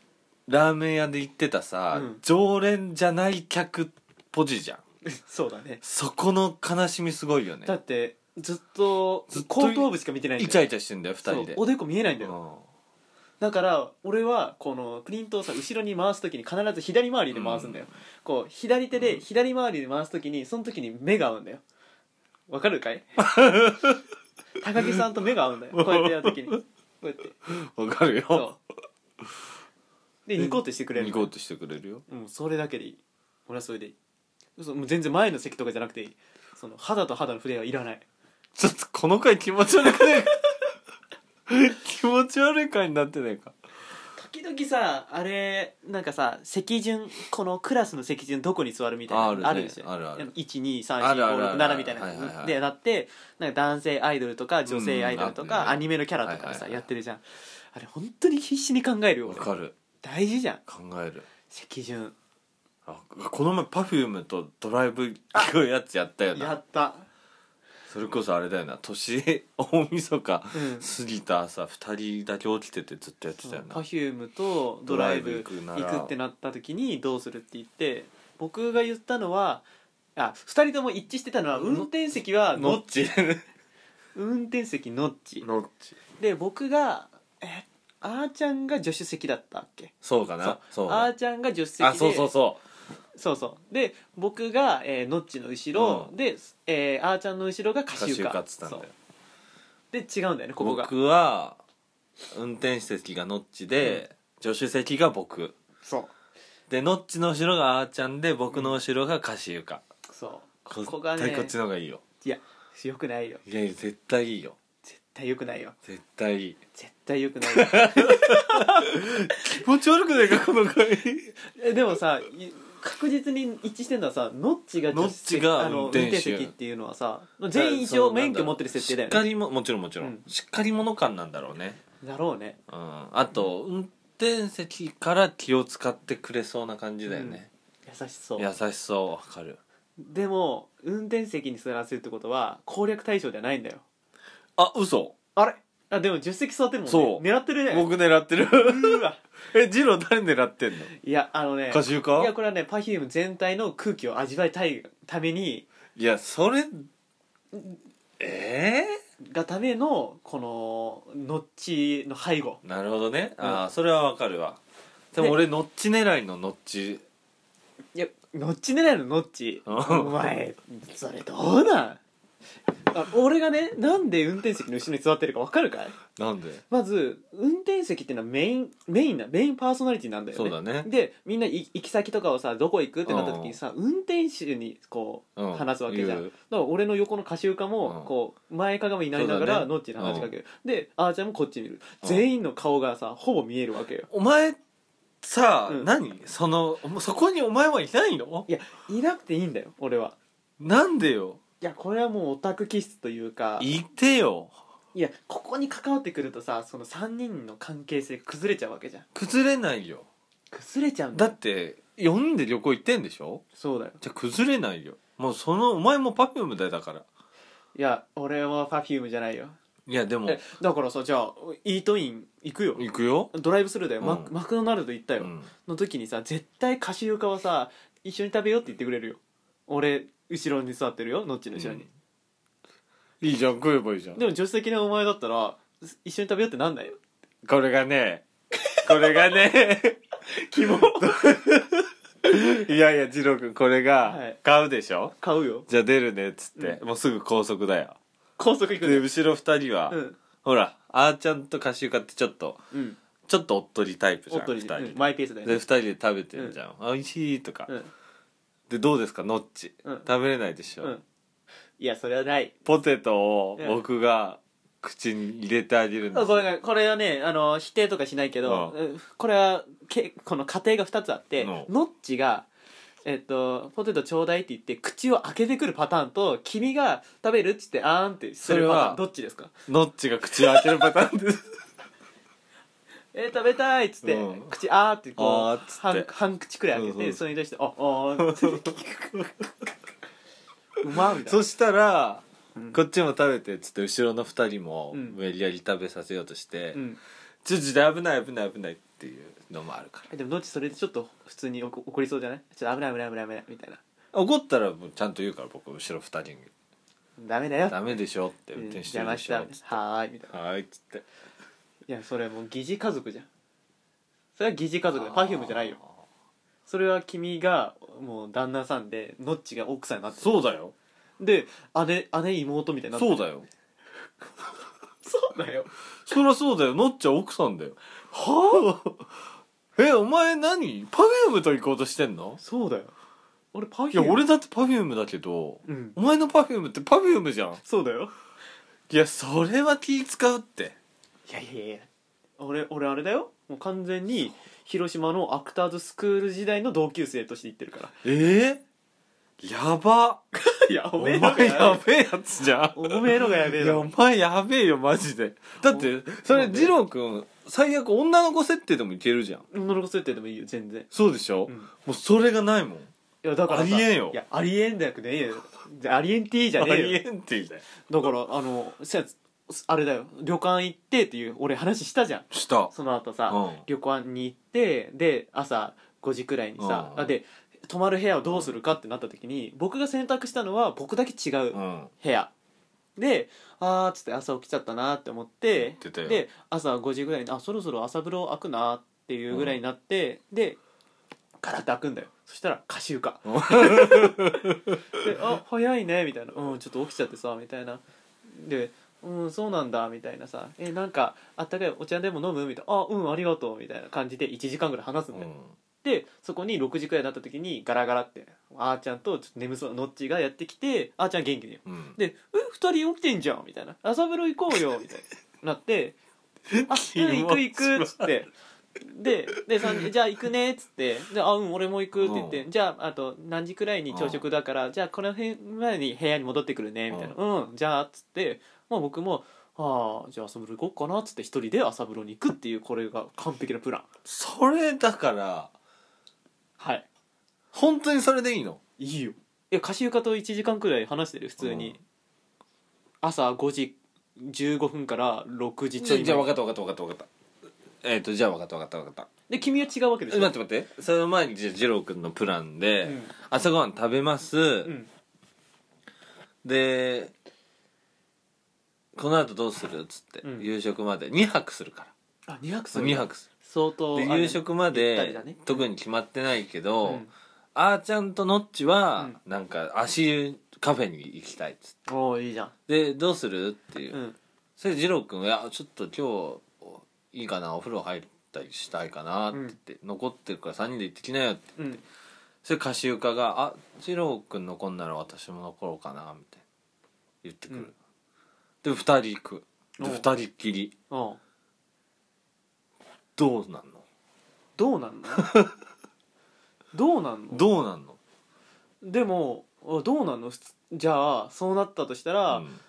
S1: ラーメン屋で言ってたさ、
S2: うん
S1: 常連じゃない客ポジじゃん
S2: そうだね
S1: そこの悲しみすごいよね
S2: だってずっと
S1: ずっと
S2: 後頭部しか見てないん
S1: イ
S2: だ
S1: チ
S2: よ
S1: ャイチャしてんだよ二人で
S2: そうおでこ見えないんだよ
S1: うん
S2: だから俺はこのプリントをさ後ろに回す時に必ず左回りで回すんだよ、こう左手
S1: う
S2: で
S1: ん
S2: 左回りで回す時にその時に目が合うんだよわかる かい高木さんと目が合うんだよこうやってやる時にこ うやって
S1: わかるよ
S2: そうでニコッとしてくれる
S1: 行こうとしてくれるよ
S2: うんそれだけでいい俺はそれでいい嘘もう全然前の席とかじゃなくていいその肌と肌の触れはいらない
S1: ちょっとこの回気持ち悪く ないか気持ち悪い回になってないか
S2: 時々さあれなんかさ席順このクラスの席順どこに座るみたいな
S1: あるね
S2: あるでしょ
S1: あるあるあるあるある
S2: 123456みたい
S1: はいはいは
S2: ないでなってなんか男性アイドルとか女性アイドルと
S1: うんあるね
S2: かアニメのキャラとか
S1: はいはい
S2: で
S1: は
S2: さ
S1: い
S2: やってるじゃんあれ本当に必死に考えるよ
S1: わ
S2: 俺
S1: かる
S2: 大事じゃん
S1: 考える
S2: 席順
S1: あこの前 Perfume とドライブ行くやつやったよ
S2: や
S1: な
S2: った
S1: それこそあれだよな年大晦日過
S2: うん
S1: ぎた朝2人だけ起きててずっとやってたよな
S2: Perfume とドライブ
S1: ドライブ行くな
S2: 行
S1: ら
S2: くってなった時にどうするって言って僕が言ったのはあ2人とも一致してたのは運転席は
S1: ノ
S2: の
S1: ッチ
S2: 運転席ノッチ
S1: ノッチ
S2: で僕がえあーちゃんが助手席だったっけ
S1: そうかなそう
S2: あ
S1: あ
S2: ーちゃんが助手席で
S1: あそうそうそ
S2: そうそうで僕が、えーノッチの後ろ、
S1: うん
S2: で、えーあーちゃんの後ろが歌
S1: う歌
S2: 手歌
S1: 手歌ってたんだよ
S2: そうで違うんだよねここが
S1: 僕は運転席がノッチで、助手席が僕
S2: そう
S1: でノッチの後ろがあーちゃんで僕の後ろがカシユカ
S2: そうここが
S1: 絶
S2: ね
S1: 対こっちの方がいいよ
S2: いやよくないよ
S1: いやいや絶対いいよ
S2: 絶対よくないよ
S1: 絶対いい
S2: 絶対よくないよ
S1: 気持ち悪くないかこの回
S2: えでもさい確実に一致してるのはさノッチが
S1: ノッチが
S2: あの
S1: 運転手
S2: 運転席っていうのはさ 全員一応免許持ってる設定だよ
S1: しっか
S2: ね
S1: りももちろんもちろん、
S2: うん
S1: しっかり者感なんだろうね
S2: だろうね
S1: うんあと運転席から気を使ってくれそうな感じだよね、
S2: 優しそう
S1: 優しそうわかる
S2: でも運転席に座らせるってことは攻略対象ではないんだよ
S1: あ嘘
S2: あれあでも10席座ってるもんね
S1: そう
S2: 狙ってるね
S1: 僕狙ってる
S2: うわ
S1: えジロー誰狙ってんの
S2: いやあのね
S1: 歌手か
S2: いやこれはね Perfume 全体の空気を味わいたいために
S1: いやそれえ
S2: がためのこのノッチの背後
S1: ー、なるほどね、あ
S2: う
S1: あそれはわかるわでも
S2: ね
S1: 俺ノッチ狙いのノッ チ
S2: いやノッチ狙いのノッチ
S1: うん
S2: お前それどうなんあ俺がねなんで運転席の後ろに座ってるか分かるかい
S1: なんで
S2: まず運転席ってのはメインメインなメインパーソナリティなんだよね
S1: そうだね
S2: でみんない行き先とかをさどこ行くってなった時にさ、運転手にこう、
S1: うん
S2: 話すわけじゃん
S1: 言
S2: だ
S1: う
S2: から俺の横の歌手家も、
S1: うん
S2: こう前かがみになりなが
S1: そう
S2: ら、
S1: だね
S2: ノッチに話しかける、であーちゃんもこっち見る、
S1: うん
S2: 全員の顔がさほぼ見えるわけよ
S1: お前さあ、
S2: うん
S1: 何そのそこにお前はいないの
S2: いやいなくていいんだよ俺は
S1: なんでよ
S2: いやこれはもうオタク気質というか
S1: いてよ
S2: いやここに関わってくるとさその3人の関係性が崩れちゃうわけじゃん
S1: 崩れないよ
S2: 崩れちゃうんだ
S1: だ
S2: よ
S1: って4人で旅行行ってんでしょ
S2: そうだよ
S1: じゃあ崩れないよもうそのお前もパフュームだよだから
S2: いや俺は Perfume じゃないよ
S1: いやでも
S2: えだからさじゃあイートイン行くよ
S1: 行くよ、
S2: ドライブスルーだよ、マ
S1: うん
S2: マクドナルド行った
S1: う
S2: よ、
S1: ん、
S2: の時にさ絶対菓子床はさ一緒に食べようって言ってくれるよ俺後ろに座ってるよノッチの後ろに、
S1: いいじゃん食えばいいじゃん
S2: でも助手席のお前だったら一緒に食べようってなんないよ
S1: これがねこれがね
S2: キモ
S1: いやいや二郎君これ
S2: は
S1: が
S2: い
S1: 買うでしょ、
S2: 買うよ
S1: じゃあ出るねっつって、
S2: う
S1: もうすぐ高速だよ
S2: 高速行く
S1: で
S2: ね
S1: 後ろ二人は、
S2: うん
S1: ほらあーちゃんとカシュカってちょっと
S2: うん
S1: ちょっとおっとりタイプじ
S2: お
S1: ゃん
S2: っとり
S1: 二
S2: で
S1: 人、
S2: うんマイペースだよ
S1: で
S2: ね
S1: 二人で食べてるじゃん、あ美味しいとか、
S2: うん
S1: でどうですかノッチ、
S2: うん
S1: 食べれないでしょ、
S2: うんいやそれはない
S1: ポテトを
S2: うん
S1: 僕が口に入れてあげるんです
S2: あ
S1: よ
S2: ごめんごめんこれはねあの否定とかしないけど、
S1: う
S2: うんこれはけこの過程が2つあって、
S1: うん
S2: ノッチが、えっと「ポテトちょうだい」って言って口を開けてくるパターンと君が「食べる?」っつって「あーん」ってするパタ
S1: それ
S2: ー
S1: は
S2: ンどっちですか
S1: ノッチが口を開けるパターンです
S2: 「えー食べたい」っつって、
S1: うん
S2: 口「あー」ってこ
S1: あ
S2: う
S1: ーっつって
S2: 半半口くらい開けて、
S1: うんうん
S2: それに対して「ああー」ってうまみたいな
S1: そしたら、
S2: うん
S1: こっちも食べてっつって後ろの二人も
S2: うん
S1: 無理やり食べさせようとして、
S2: うん、
S1: ちょっと危ない危ない危ないっていうのもあるから
S2: でもノッチそれでちょっと普通に怒怒りそうじゃないちょっと危ない危ない危ない危ないみたいな
S1: 怒ったらもうちゃんと言うから僕後ろ二人に
S2: 「ダメだ
S1: 「
S2: よ」
S1: ダメでしょ」って
S2: うん
S1: 運転して
S2: 邪
S1: る
S2: 魔
S1: で
S2: し
S1: しょ
S2: た」はーいみたいない
S1: はーい」っつって
S2: いやそれはもう疑似家族じゃんそれは疑似家族だ Perfume じゃないよそれは君がもう旦那さんでノッチが奥さんになって
S1: そうだよ
S2: るで姉姉妹みたいになってる
S1: そうだよ
S2: そうだよ
S1: そりゃそうだよノッチは奥さんだよはあ えお前何パフュームと行こうとしてんの
S2: そうだよ俺パフュ
S1: いや俺だってパフュームだけど
S2: うん
S1: お前のパフュームってパフュームじゃん
S2: そうだよ
S1: いやそれは気使うって
S2: いやいやいや俺俺あれだよもう完全に広島のアクターズスクール時代の同級生として行ってるから
S1: ええやば
S2: いや
S1: お
S2: おめ
S1: 前
S2: え
S1: や
S2: のがや
S1: べえやつじゃん
S2: べえおめえのがやべえ
S1: い
S2: だ
S1: や
S2: ろ
S1: お前やべえよマジでだってそれ
S2: なんで
S1: 二郎君最悪女の子設定でもいけるじゃん
S2: 女の子設定でもいいよ全然
S1: そうでしょ、
S2: う
S1: も
S2: ん
S1: うそれがないもん
S2: いやだからさ
S1: ありえんよ
S2: いやありえんだよねえよじゃありえんっていいじゃ
S1: あ
S2: ねえよ
S1: りえんって言って
S2: だからあのせやあれだよ旅館行ってっていう俺話したじゃん
S1: した
S2: その後さ、
S1: うん
S2: 旅館に行ってで朝5時くらいにさ、
S1: うん
S2: あで泊まる部屋をどうするかってなった時に僕が選択したのは僕だけ違う
S1: うん
S2: 部屋、であーっつって朝起きちゃったなって思って
S1: 言ってたよ
S2: で朝5時ぐらいにあそろそろ朝風呂開くなっていうぐらいになって、でガラッと開くんだよそしたら歌集床
S1: うん
S2: で「あ早いね」みたいな「うんちょっと起きちゃってさ」みたいなで「うんそうなんだ」みたいなさ「えなんかあったかいお茶でも飲む?」みたいな「あうんありがとう」みたいな感じで1時間ぐらい話すんだよ、でそこに6時くらいになった時にガラガラってあーちゃんとちょっと眠そうなノッチがやってきてあーちゃん元気で
S1: うんうん
S2: で「え二人起きてんじゃん」みたいな「朝風呂行こうよ」みたいななって 「あ
S1: 気持
S2: うん
S1: ち
S2: 行く行く」っつってでで三人じゃあ行くね」っつって「であうん俺も行く」って言って「じゃああと何時くらいに朝食だから、じゃあこの辺までに部屋に戻ってくるね」みたいな「うん、じゃあ」っつって、まあ、僕も「ああじゃあ朝風呂行こうかな」っつって一人で朝風呂に行くっていうこれが完璧なプラン
S1: それだから
S2: はい
S1: 本当にそれでいいの
S2: いいよいや歌集家と1時間くらい話してる普通に、
S1: うん
S2: 朝5時15分から6時ちょい前
S1: じゃあ分かった分かった分かった分かったえっ、とじゃあ分かった分かった分かった
S2: で君は違うわけでし
S1: え
S2: ょ
S1: 待って待ってその前にじゃあ二郎君のプランで、
S2: うん
S1: 朝ごはん食べます、
S2: うん
S1: でこの後どうするっつって、
S2: うん
S1: 夕食まで2泊するから
S2: あ2泊す
S1: そう
S2: る
S1: 2泊す
S2: 相当
S1: るで
S2: あれ
S1: 夕食ま
S2: ゆったり
S1: で
S2: だね
S1: 特に決まってないけ
S2: う
S1: ど、
S2: ん
S1: あーちゃんとのっちは、なんか足湯カフェに行きたいっつって
S2: おおいいじゃん
S1: でどうするっていう、
S2: うん
S1: それで二郎君がいやちょっと今日いいかなお風呂入ったりしたいかな」って言って、残ってるから3人で行ってきなよ」って
S2: うん
S1: それ歌手家が「あ二郎君残んなら私も残ろうかな」みたいな言ってくる、
S2: うん
S1: で2人行くで
S2: おう
S1: 2人っきり
S2: おう
S1: どうなんの
S2: どうな んのどうなんの
S1: どうなんの、
S2: でもあどうなんのふつじゃあそうなったとしたら、
S1: うん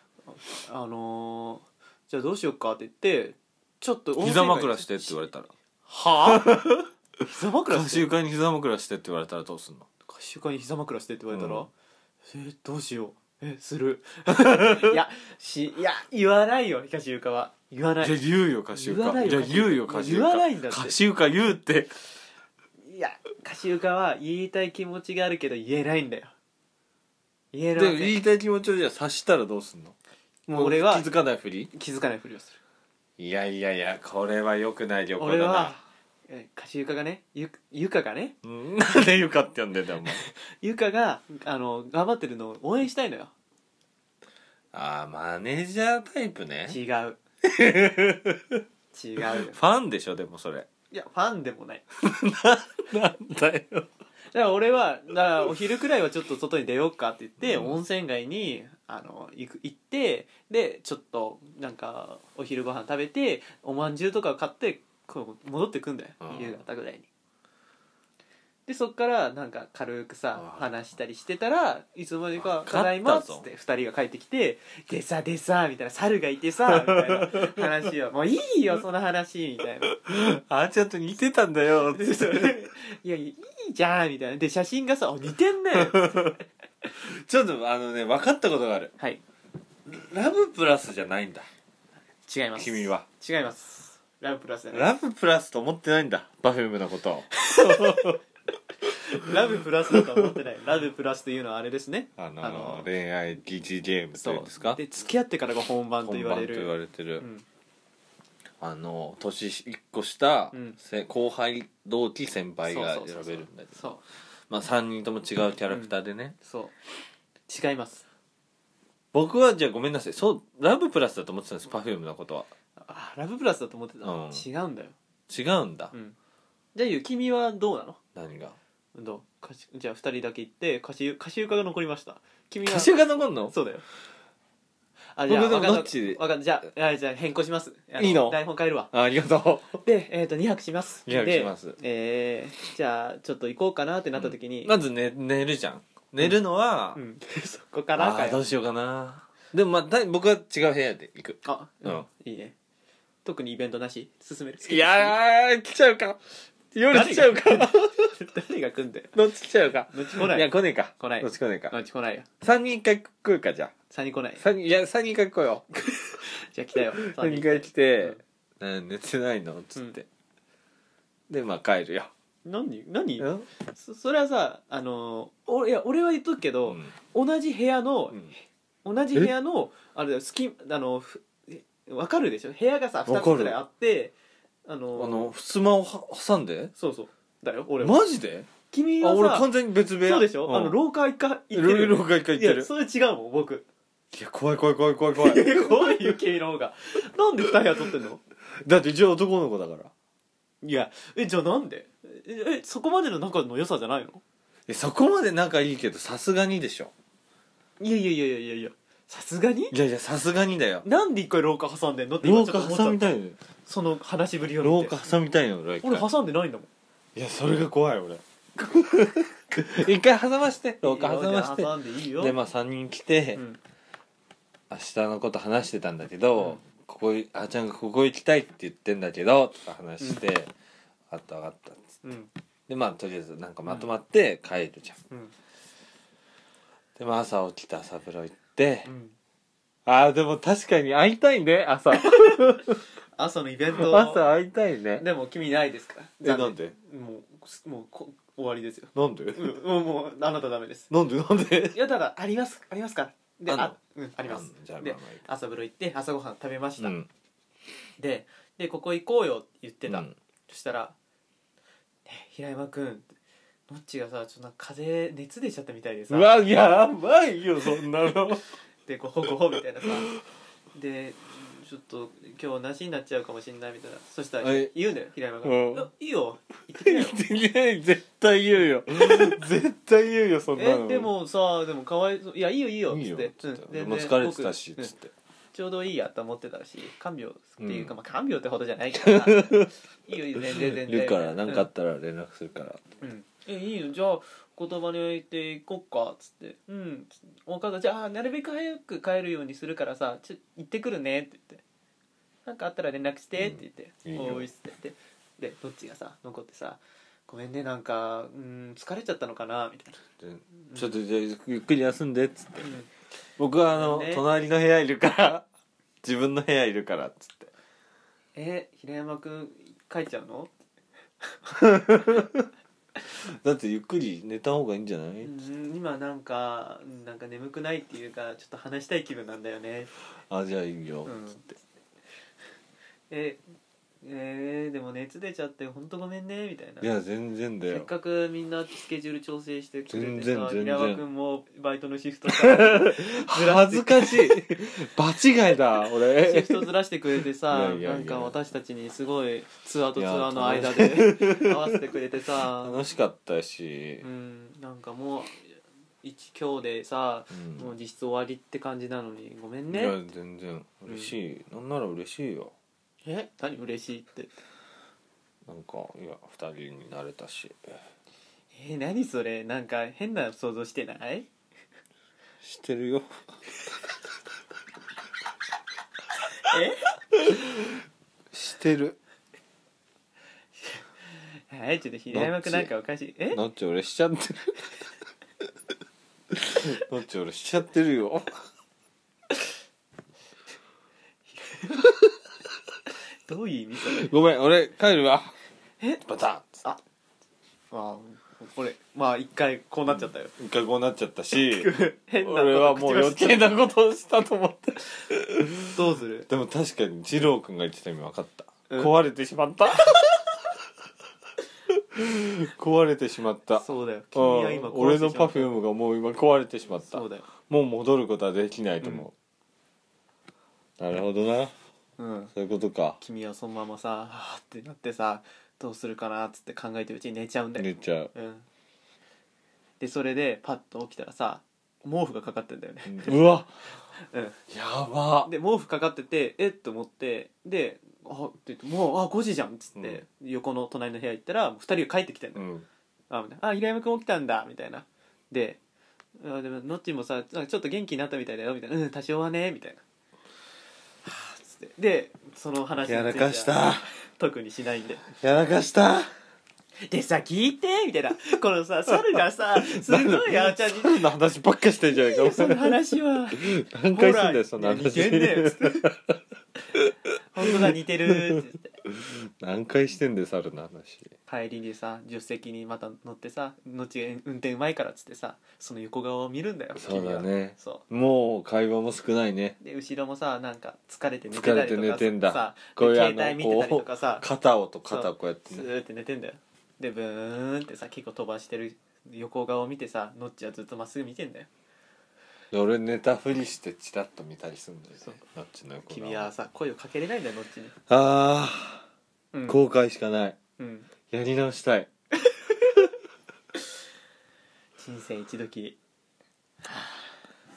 S2: あのー、じゃあどうしようかって言ってちょっと温
S1: 膝
S2: 泉街
S1: 枕してって言われたら
S2: はあ 膝枕
S1: 歌
S2: して
S1: 手家に膝枕してって言われたらどうすんの
S2: 合宿会に膝枕してって言われたら、えーどうしようえする いやしいや言わないよヒカシウカは言わない
S1: じゃあ言うよカシウ
S2: 言わな
S1: カ
S2: い
S1: じゃ
S2: よ
S1: あ言うよカシウカ
S2: 言わないんだって
S1: カシウカ言うって
S2: いやカシウカは言いたい気持ちがあるけど言えないんだよ言
S1: で
S2: えるわ
S1: も言
S2: け
S1: いたい気持ちをじゃあ察したらどうすんの
S2: もう俺は
S1: 気づかないふり
S2: 気づかないふりをす
S1: いやいやいやこれはよくない旅行
S2: る
S1: だ
S2: 俺
S1: な
S2: はえカシウカがねゆゆかがね
S1: うんなんでゆかって呼んでんだよお前
S2: ゆかがあの頑張ってるのを応援したいのよ
S1: ああマネージャータイプね
S2: 違う違うよ
S1: ファンでしょでもそれ
S2: いやファンでもない
S1: なんだよ
S2: だから俺はだからお昼くらいはちょっと外に出ようかって言って、温泉街にあの行く行ってでちょっとなんかお昼ご飯食べておまんじゅうとか買ってこう戻ってくんだよ、
S1: うん
S2: 夕方ぐらいにでそっからなんか軽くさ
S1: うん
S2: 話したりしてたらいつの間にか
S1: わかったぞ
S2: 「ただいま」っつって2人が帰ってきて「でさでさ」みたいな「猿がいて さ」みたいな話を「もういいよその話」みたいな
S1: あーちゃんと似てたんだよつって
S2: いやいいじゃんみたいなで写真がさあ似てんね
S1: ちょっとあのね分かったことがある
S2: はい
S1: ラブプラスじゃないんだ
S2: 違います
S1: 君は
S2: 違いますラブプラスだね
S1: ラブプラスと思ってないんだパフュームのことを
S2: ラブプラスだとは思ってないラブプラスというのはあれですね
S1: あの
S2: あの
S1: 恋愛疑似ゲームというんですか
S2: で付き合ってからが本番と言われ
S1: 本番
S2: る
S1: と言われてる、
S2: うん
S1: あの年1個下、
S2: うん
S1: せ後輩同期先輩が選
S2: そうそうそうそう
S1: べるんだけど
S2: そう
S1: まあ3人とも違うキャラクターでね、
S2: そう違います
S1: 僕はじゃあごめんなさいそうラブプラスだと思ってたんですパフュームのことは
S2: あラブプラスだと思ってた、
S1: うん
S2: 違うんだよ、
S1: 違うんだ、
S2: うん、じゃあゆう君はどうなの
S1: 何が
S2: どうかしじゃあ2人だけ行ってかし歌が残りました君は
S1: 歌手が残んの
S2: そうだよあ
S1: 僕
S2: じゃあ
S1: でも
S2: わかんな
S1: どっち
S2: わかんじゃああじゃあ変更しますあ
S1: いいの
S2: 台本変えるわ
S1: あありがとう
S2: で、えー、と2泊します
S1: 2泊します
S2: でえーじゃあちょっと行こうかなってなった時に、うん
S1: まず寝寝るじゃん寝るのは、
S2: そこから
S1: あ
S2: か
S1: ーど
S2: よ
S1: うしようかなでもまあだい僕は違う部屋で行く
S2: あうん、
S1: うん
S2: いいね特にイベントなし進める
S1: いやー来ちゃうか夜来ちゃうか
S2: 誰が来んだよ
S1: どっち来ちゃうか
S2: どっち来ない
S1: いや来ねえか
S2: 来ない
S1: どっち来ねえか
S2: あっち来ないよ
S1: 3人一回食うかじゃあ
S2: 3人来ない
S1: 三人いや3人一回来よう
S2: じゃあ来たよ
S1: 3人一回来て「うん寝てないの?」っつって、でまあ帰るよ、
S2: 何何
S1: うん
S2: そそれはさあのーおいや俺は言っとくけど、同じ部屋の、同じ部屋のあれだよ隙あのふえわかるでしょ部屋がさ
S1: わ
S2: 2
S1: かる
S2: つぐらいあってあ
S1: あ
S2: のー
S1: の襖をは挟んで
S2: そうそうだよ俺は
S1: マジで
S2: 君
S1: あ
S2: は
S1: 俺
S2: さ
S1: 完全に別部屋
S2: そうでしょ、
S1: ん
S2: あの廊下一回行ってる
S1: 廊下一回行って
S2: い
S1: る
S2: やそれ違うもん僕
S1: いや怖い怖い怖い怖い怖い
S2: 怖いよ君の方がなんで2部屋取ってんの
S1: だって一応男の子だから
S2: いやえじゃあなんでええそこまでの仲の良さじゃないの
S1: えそこまで仲いいけどさすがにでしょ
S2: いやいやいやいやいやいやさすがに
S1: いやいやさすがにだよ
S2: なんで一回廊下挟んでんのって
S1: 廊
S2: ちょ
S1: 下
S2: っと思っちゃ
S1: 挟
S2: っ
S1: み
S2: た
S1: たいのよ
S2: その話しぶりを
S1: 廊
S2: 見て
S1: 下挟みたいの俺は一回
S2: 俺挟んでないんだもん
S1: いやそれが怖い俺 一回挟まして廊下挟まし
S2: い
S1: て
S2: いよじゃあ挟んでいいよ
S1: でまあ3人来て、
S2: うん
S1: 明日のこと話してたんだけど、
S2: うん
S1: ここいあーちゃんがここ行きたいって言ってんだけどとか話して、あった分かったっつって
S2: うん
S1: でまあとりあえずなんかまとまって帰るじゃん、
S2: うん
S1: でまあ朝起きた朝風呂行って、
S2: うん
S1: ああでも確かに会いたいね朝
S2: 朝のイベント
S1: 朝会いたいね
S2: でも君ないですから
S1: えなんで
S2: もうもうこ終わりですよ
S1: なんで
S2: うんもうもうあなたダメです
S1: なんでなんで
S2: いやだからありますありますからで
S1: あんの
S2: あうんありま
S1: あ
S2: す
S1: んのじゃあ
S2: で
S1: まあまあいい
S2: 朝風呂行って朝ごはん食べました、
S1: うん
S2: ででここ行こうよって言ってた、
S1: うん
S2: そしたら「ね平山君ってのっちがさちょっとなんか風邪熱出ちゃったみたいでさ
S1: うわやばいよそんなの
S2: でこうほこほみたいなさでちょっと今日なしになっちゃうかもしれないみたいなそしたら
S1: はい
S2: 言うんだよ平山が「
S1: うん
S2: あいいよ行って きなよ」
S1: 絶対言う よ絶対言うよそんなの
S2: えでもさでもかわいそういやいいよいいよっ
S1: いい
S2: つっ
S1: よ
S2: て
S1: つって
S2: うん
S1: 俺も
S2: 全然
S1: 疲れてたし
S2: 僕うん
S1: つって
S2: ちょうどいいやと思ってたし看病っていうか、
S1: うん
S2: まあ看病ってほどじゃない からいいよいいよ全然全然
S1: 言うから何かあったら連絡するから
S2: うん、うんえいいよじゃあ言葉に置いていこっかっつって「うんお母さんじゃあなるべく早く帰るようにするからさちょ行ってくるね」って言って「なんかあったら連絡して」って言って「
S1: うんいいよ
S2: おーい」っつって言ってでどっちがさ残ってさ「ごめんねなんかうん疲れちゃったのかな」みたいな
S1: でちょっとじゃあゆっくり休んでっつって
S2: うん
S1: 僕はあの、
S2: ね
S1: 隣の部屋いるから自分の部屋いるからっつって
S2: え平山くん書いちゃうの
S1: だってゆっくり寝た方がいいんじゃない、
S2: うん今なんかうんなんか眠くないっていうかちょっと話したい気分なんだよね
S1: あじゃあいいよ
S2: うん
S1: っつって、
S2: ええー、でも熱出ちゃって本当ごめんねみたいない
S1: や全然だ
S2: せっ
S1: よ
S2: かくみんなスケジュール調整してくれ
S1: 全
S2: て
S1: 然
S2: さ
S1: 全然
S2: 平和君もバイトのシフトさ
S1: 恥ずかしい場違いだ
S2: シ
S1: 俺
S2: フトずらしてくれて
S1: いや
S2: さ
S1: いやいや
S2: なんか私たちにすごいツアーとツアーの間で合わせてくれて さ
S1: 楽しかったし
S2: う、んなんかもう一今日でさ
S1: うん
S2: もう実質終わりって感じなのにごめ
S1: い
S2: ん
S1: や
S2: ね
S1: 全然嬉しい、なんなら嬉しいよ
S2: え何嬉しいって
S1: なんかいや二人になれたし
S2: えー、何それなんか変な想像してない
S1: してるよ
S2: え
S1: してる
S2: はい、ちょっと平山くんなんかおかしい。え
S1: のっち俺しちゃって るのっち俺しちゃってるよ
S2: どういう意味それ
S1: ごめん俺帰るわ
S2: え
S1: バタッ
S2: あまあ、これ、まあ一回こうなっちゃったよ。
S1: 一回こうなっちゃった し
S2: 変な
S1: 俺はもう余計なことをしたと思って
S2: どうする
S1: でも確かに二郎くんが言ってた意味分かった、
S2: うん
S1: 壊れてしま った壊れてしまった
S2: そうだよ。
S1: う
S2: 君
S1: ん
S2: は今
S1: 俺のパ
S2: ュ
S1: フュームがもう今壊れてしまった
S2: そうだよ。
S1: もう戻ることはできないと思う、なるほどな
S2: うん。
S1: そういうことか
S2: 君はそのままさ、はあってなってさ、どうするかなっつって考えてるうちに寝ちゃうんだ
S1: 寝
S2: よ。
S1: ちゃう
S2: うん。で、それでパッと起きたらさ、毛布がかかってんだよね。
S1: うわ
S2: うん。
S1: やば
S2: で毛布かかっててえっと思ってで「あっ」て言って「もうあ5時じゃん」っつって、横の隣の部屋行ったら2人が帰ってきてん
S1: う
S2: の
S1: ん
S2: 「あみたいなあ平山君起きたんだ」みたいなで「あでものっちもさあちょっと元気になったみたいだよ」みたいな「うん多少はね」みたいな「はあ」っつってでその話に
S1: や
S2: つ
S1: ら
S2: いて
S1: かした
S2: 特にしないんで
S1: やらかした
S2: でさ聞いてみたいなこのさ猿がさ すごいあーちゃんに
S1: そんな話ばっかしてんじゃないか
S2: 「その話は」
S1: 何回すんだよそんな
S2: ほら似て
S1: 話
S2: んねんっつって 本当だ似てるって言って
S1: 何回してんだよ猿の話
S2: 帰りにさ助手席にまた乗ってさのち運転うまいからっつってさその横顔を見るんだよ
S1: そうだね
S2: 君はそ
S1: もう会話も少ないね
S2: うで後ろもさなんか疲れて寝てたり
S1: 疲れて
S2: とか
S1: 寝てんだ
S2: さで
S1: こういうあの
S2: 携帯見てたりとかさ
S1: 肩をと肩をこうやって
S2: ず
S1: ね
S2: ーって寝てんだよでブーンってさ結構飛ばしてる横顔を見てさのっちはずっとまっすぐ見てんだよ
S1: で俺寝たふりしてチラッと見たりするんだよね
S2: そう
S1: あっちの横
S2: 君はさ声をかけれないんだよのっちに
S1: あ
S2: う
S1: ー
S2: ん
S1: 後悔しかない
S2: うん
S1: やり直したい
S2: 人生一度きり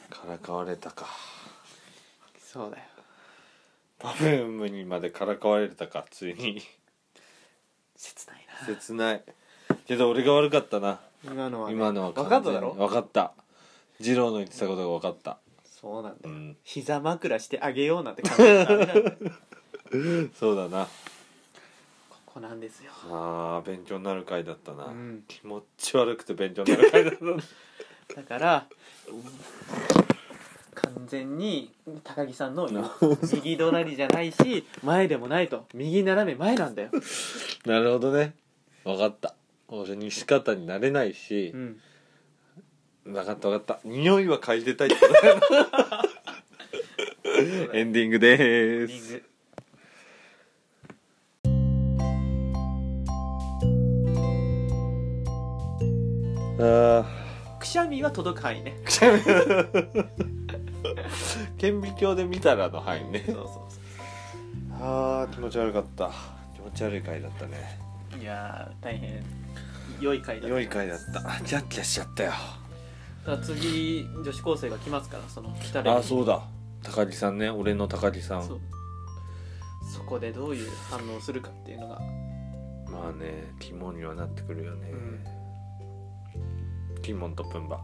S1: からかわれたか
S2: そうだよ
S1: パフュームにまでからかわれたかつい に
S2: 切ないな
S1: 切ないけど俺が悪かったな
S2: 今のは、ね、
S1: 今のは
S2: 分かっただ
S1: 分
S2: ろ
S1: かった二郎の言ってたことが分かった
S2: そうなん
S1: う
S2: だよ、
S1: ん
S2: 膝枕してあげようなんて感じだからダメなんだよ
S1: そうだな
S2: ここなんですよ
S1: あー勉強になる回だったな、
S2: うん
S1: 気持ち悪くて勉強になる回だったな
S2: だからうん完全に高木さんの右隣じゃないし前でもないと右斜め前なんだよ、
S1: なるほどね分かった俺に仕方になれないし
S2: う、ん、
S1: 分かった分かった匂いは嗅いでたいってことだよエンディングでー
S2: リン
S1: す
S2: グ
S1: あ
S2: くしゃみは届く範囲ね
S1: ーくしゃみ 顕微鏡で見たらの範囲ね
S2: そうそうそ
S1: あー気持ち悪かった気持ち悪い回だったね
S2: ういやー大変良い回だ
S1: 良い回だったキャッキャしちゃったよ
S2: だから次女子高生が来ますからその来たら
S1: あそうだ高木さんね俺の高木さん
S2: そうそこでどういう反応をするかっていうのが
S1: まあね肝にはなってくるよね、
S2: うん
S1: キモンとプンバ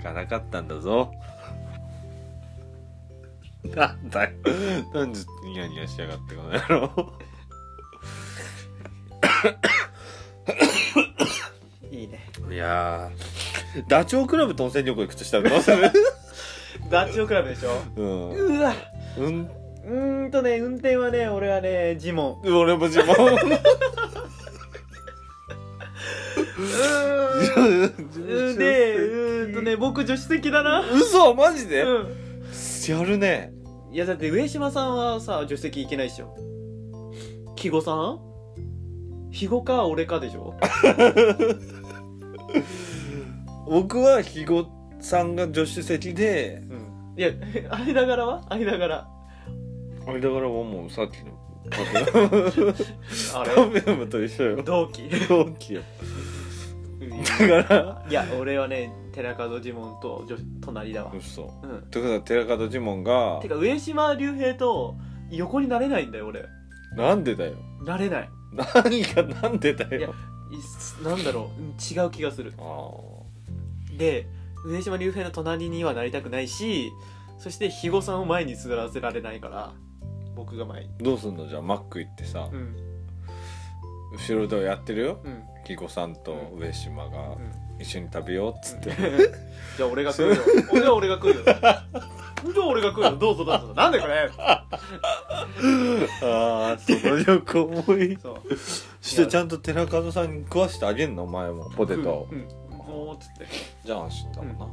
S1: からかったんだぞ なんだよなんでニヤニヤしやがってこの野郎
S2: いいね
S1: いやダチョウ倶楽部と温泉旅行行くとしたらどうする
S2: ダチョウクラブでしょ
S1: うん
S2: うわ
S1: うん
S2: うーんとね運転はね俺はねジモン
S1: 俺も自 分
S2: う ーんうんでうーんとね僕助手席だな
S1: 嘘マジで、
S2: う
S1: やるね
S2: んいやだって上島さんはさ助手席行けないでしょ肥後さん肥後か俺かでしょ
S1: 僕は肥後さんが助手席で
S2: うんいや 間柄は間柄
S1: あれだからもうさっきのパ
S2: あ
S1: フ
S2: れ
S1: ュームと一緒 よ
S2: 同期
S1: 同期よ だから
S2: いや俺はね寺門ジモンと助隣だわ
S1: 嘘
S2: うん
S1: ということは寺門ジモンが
S2: てか上島竜兵と横になれないんだよ俺
S1: なんでだよ
S2: なれない
S1: 何がなんでだ
S2: いや
S1: よ
S2: いっすなんだろううん違う気がする
S1: あー
S2: で上島竜兵の隣にはなりたくないしそして肥後さんを前に座らせられないから僕が前に
S1: どうすんのじゃあマック行ってさ、
S2: うん
S1: 後ろでやってるよ
S2: うん
S1: 紀子さんと上島が
S2: うん
S1: 一緒に食べようっつって、
S2: じゃあ俺が来るよじゃあ 俺が来るよじゃあ俺が来るよどうぞどうぞなんでこれ
S1: ああその旅行もいい
S2: そう
S1: してちゃんと寺門さんに食わしてあげんのお前もポテトを、
S2: うんもうっつって
S1: じゃあ安心だも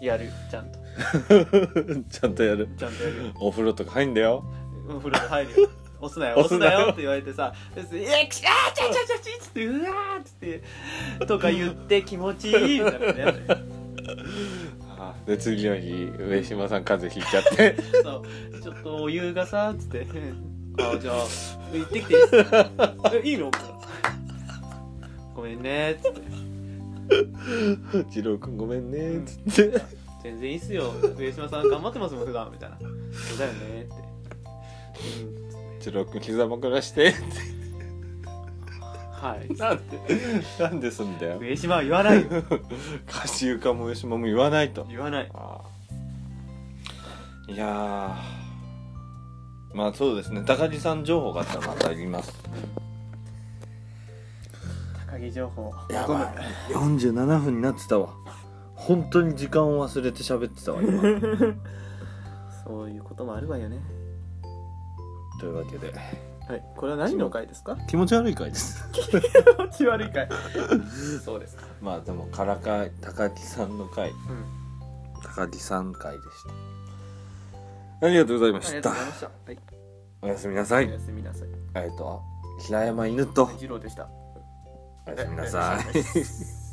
S2: やるちゃんと
S1: んな、 ちゃんとやる
S2: ちゃんとやるよ
S1: お風呂とか入んだよ
S2: お風呂入るよ押すなよ
S1: 押
S2: 押す
S1: す
S2: な
S1: なよ
S2: よって言われてさ「でえっくしゃーちゃちゃちゃちゃ」っつって「うわー」っつってとか言って気持ちいいみたいなね
S1: で次の日上島さん風邪ひいちゃって
S2: そうちょっとお湯がさっつって「あじゃあ行ってきていいっすかえいいの?」ごめんね」っつって
S1: 「二郎くんごめんね」っつって
S2: 「全然いいっすよ上島さん頑張ってますもん普段みたいな「そうだよね」って「うん
S1: 「二郎くん膝枕して」
S2: はい
S1: なんでなんですんだよ
S2: 上島は言わないよ
S1: 菓子床も上島も言わないと
S2: 言わない
S1: あーいやーまあそうですね高木さん情報があったらまた言います
S2: 高木情報
S1: やばい47分になってたわ本当に時間を忘れて喋ってたわ 今
S2: そういうこともあるわよね
S1: というわけで
S2: はい、これは何の回ですか
S1: 気持ち悪い回です
S2: 気持ち悪い回そうですか
S1: まあでもからかい高木さんの回
S2: うん
S1: 高木さん回でしたありがとうございま
S2: あり
S1: し
S2: が
S1: た
S2: とうございました、はい、
S1: おやすみなさ
S2: お
S1: い
S2: やすみなさい
S1: えっと平山犬と
S2: 二郎でした
S1: おやすみなさい
S2: い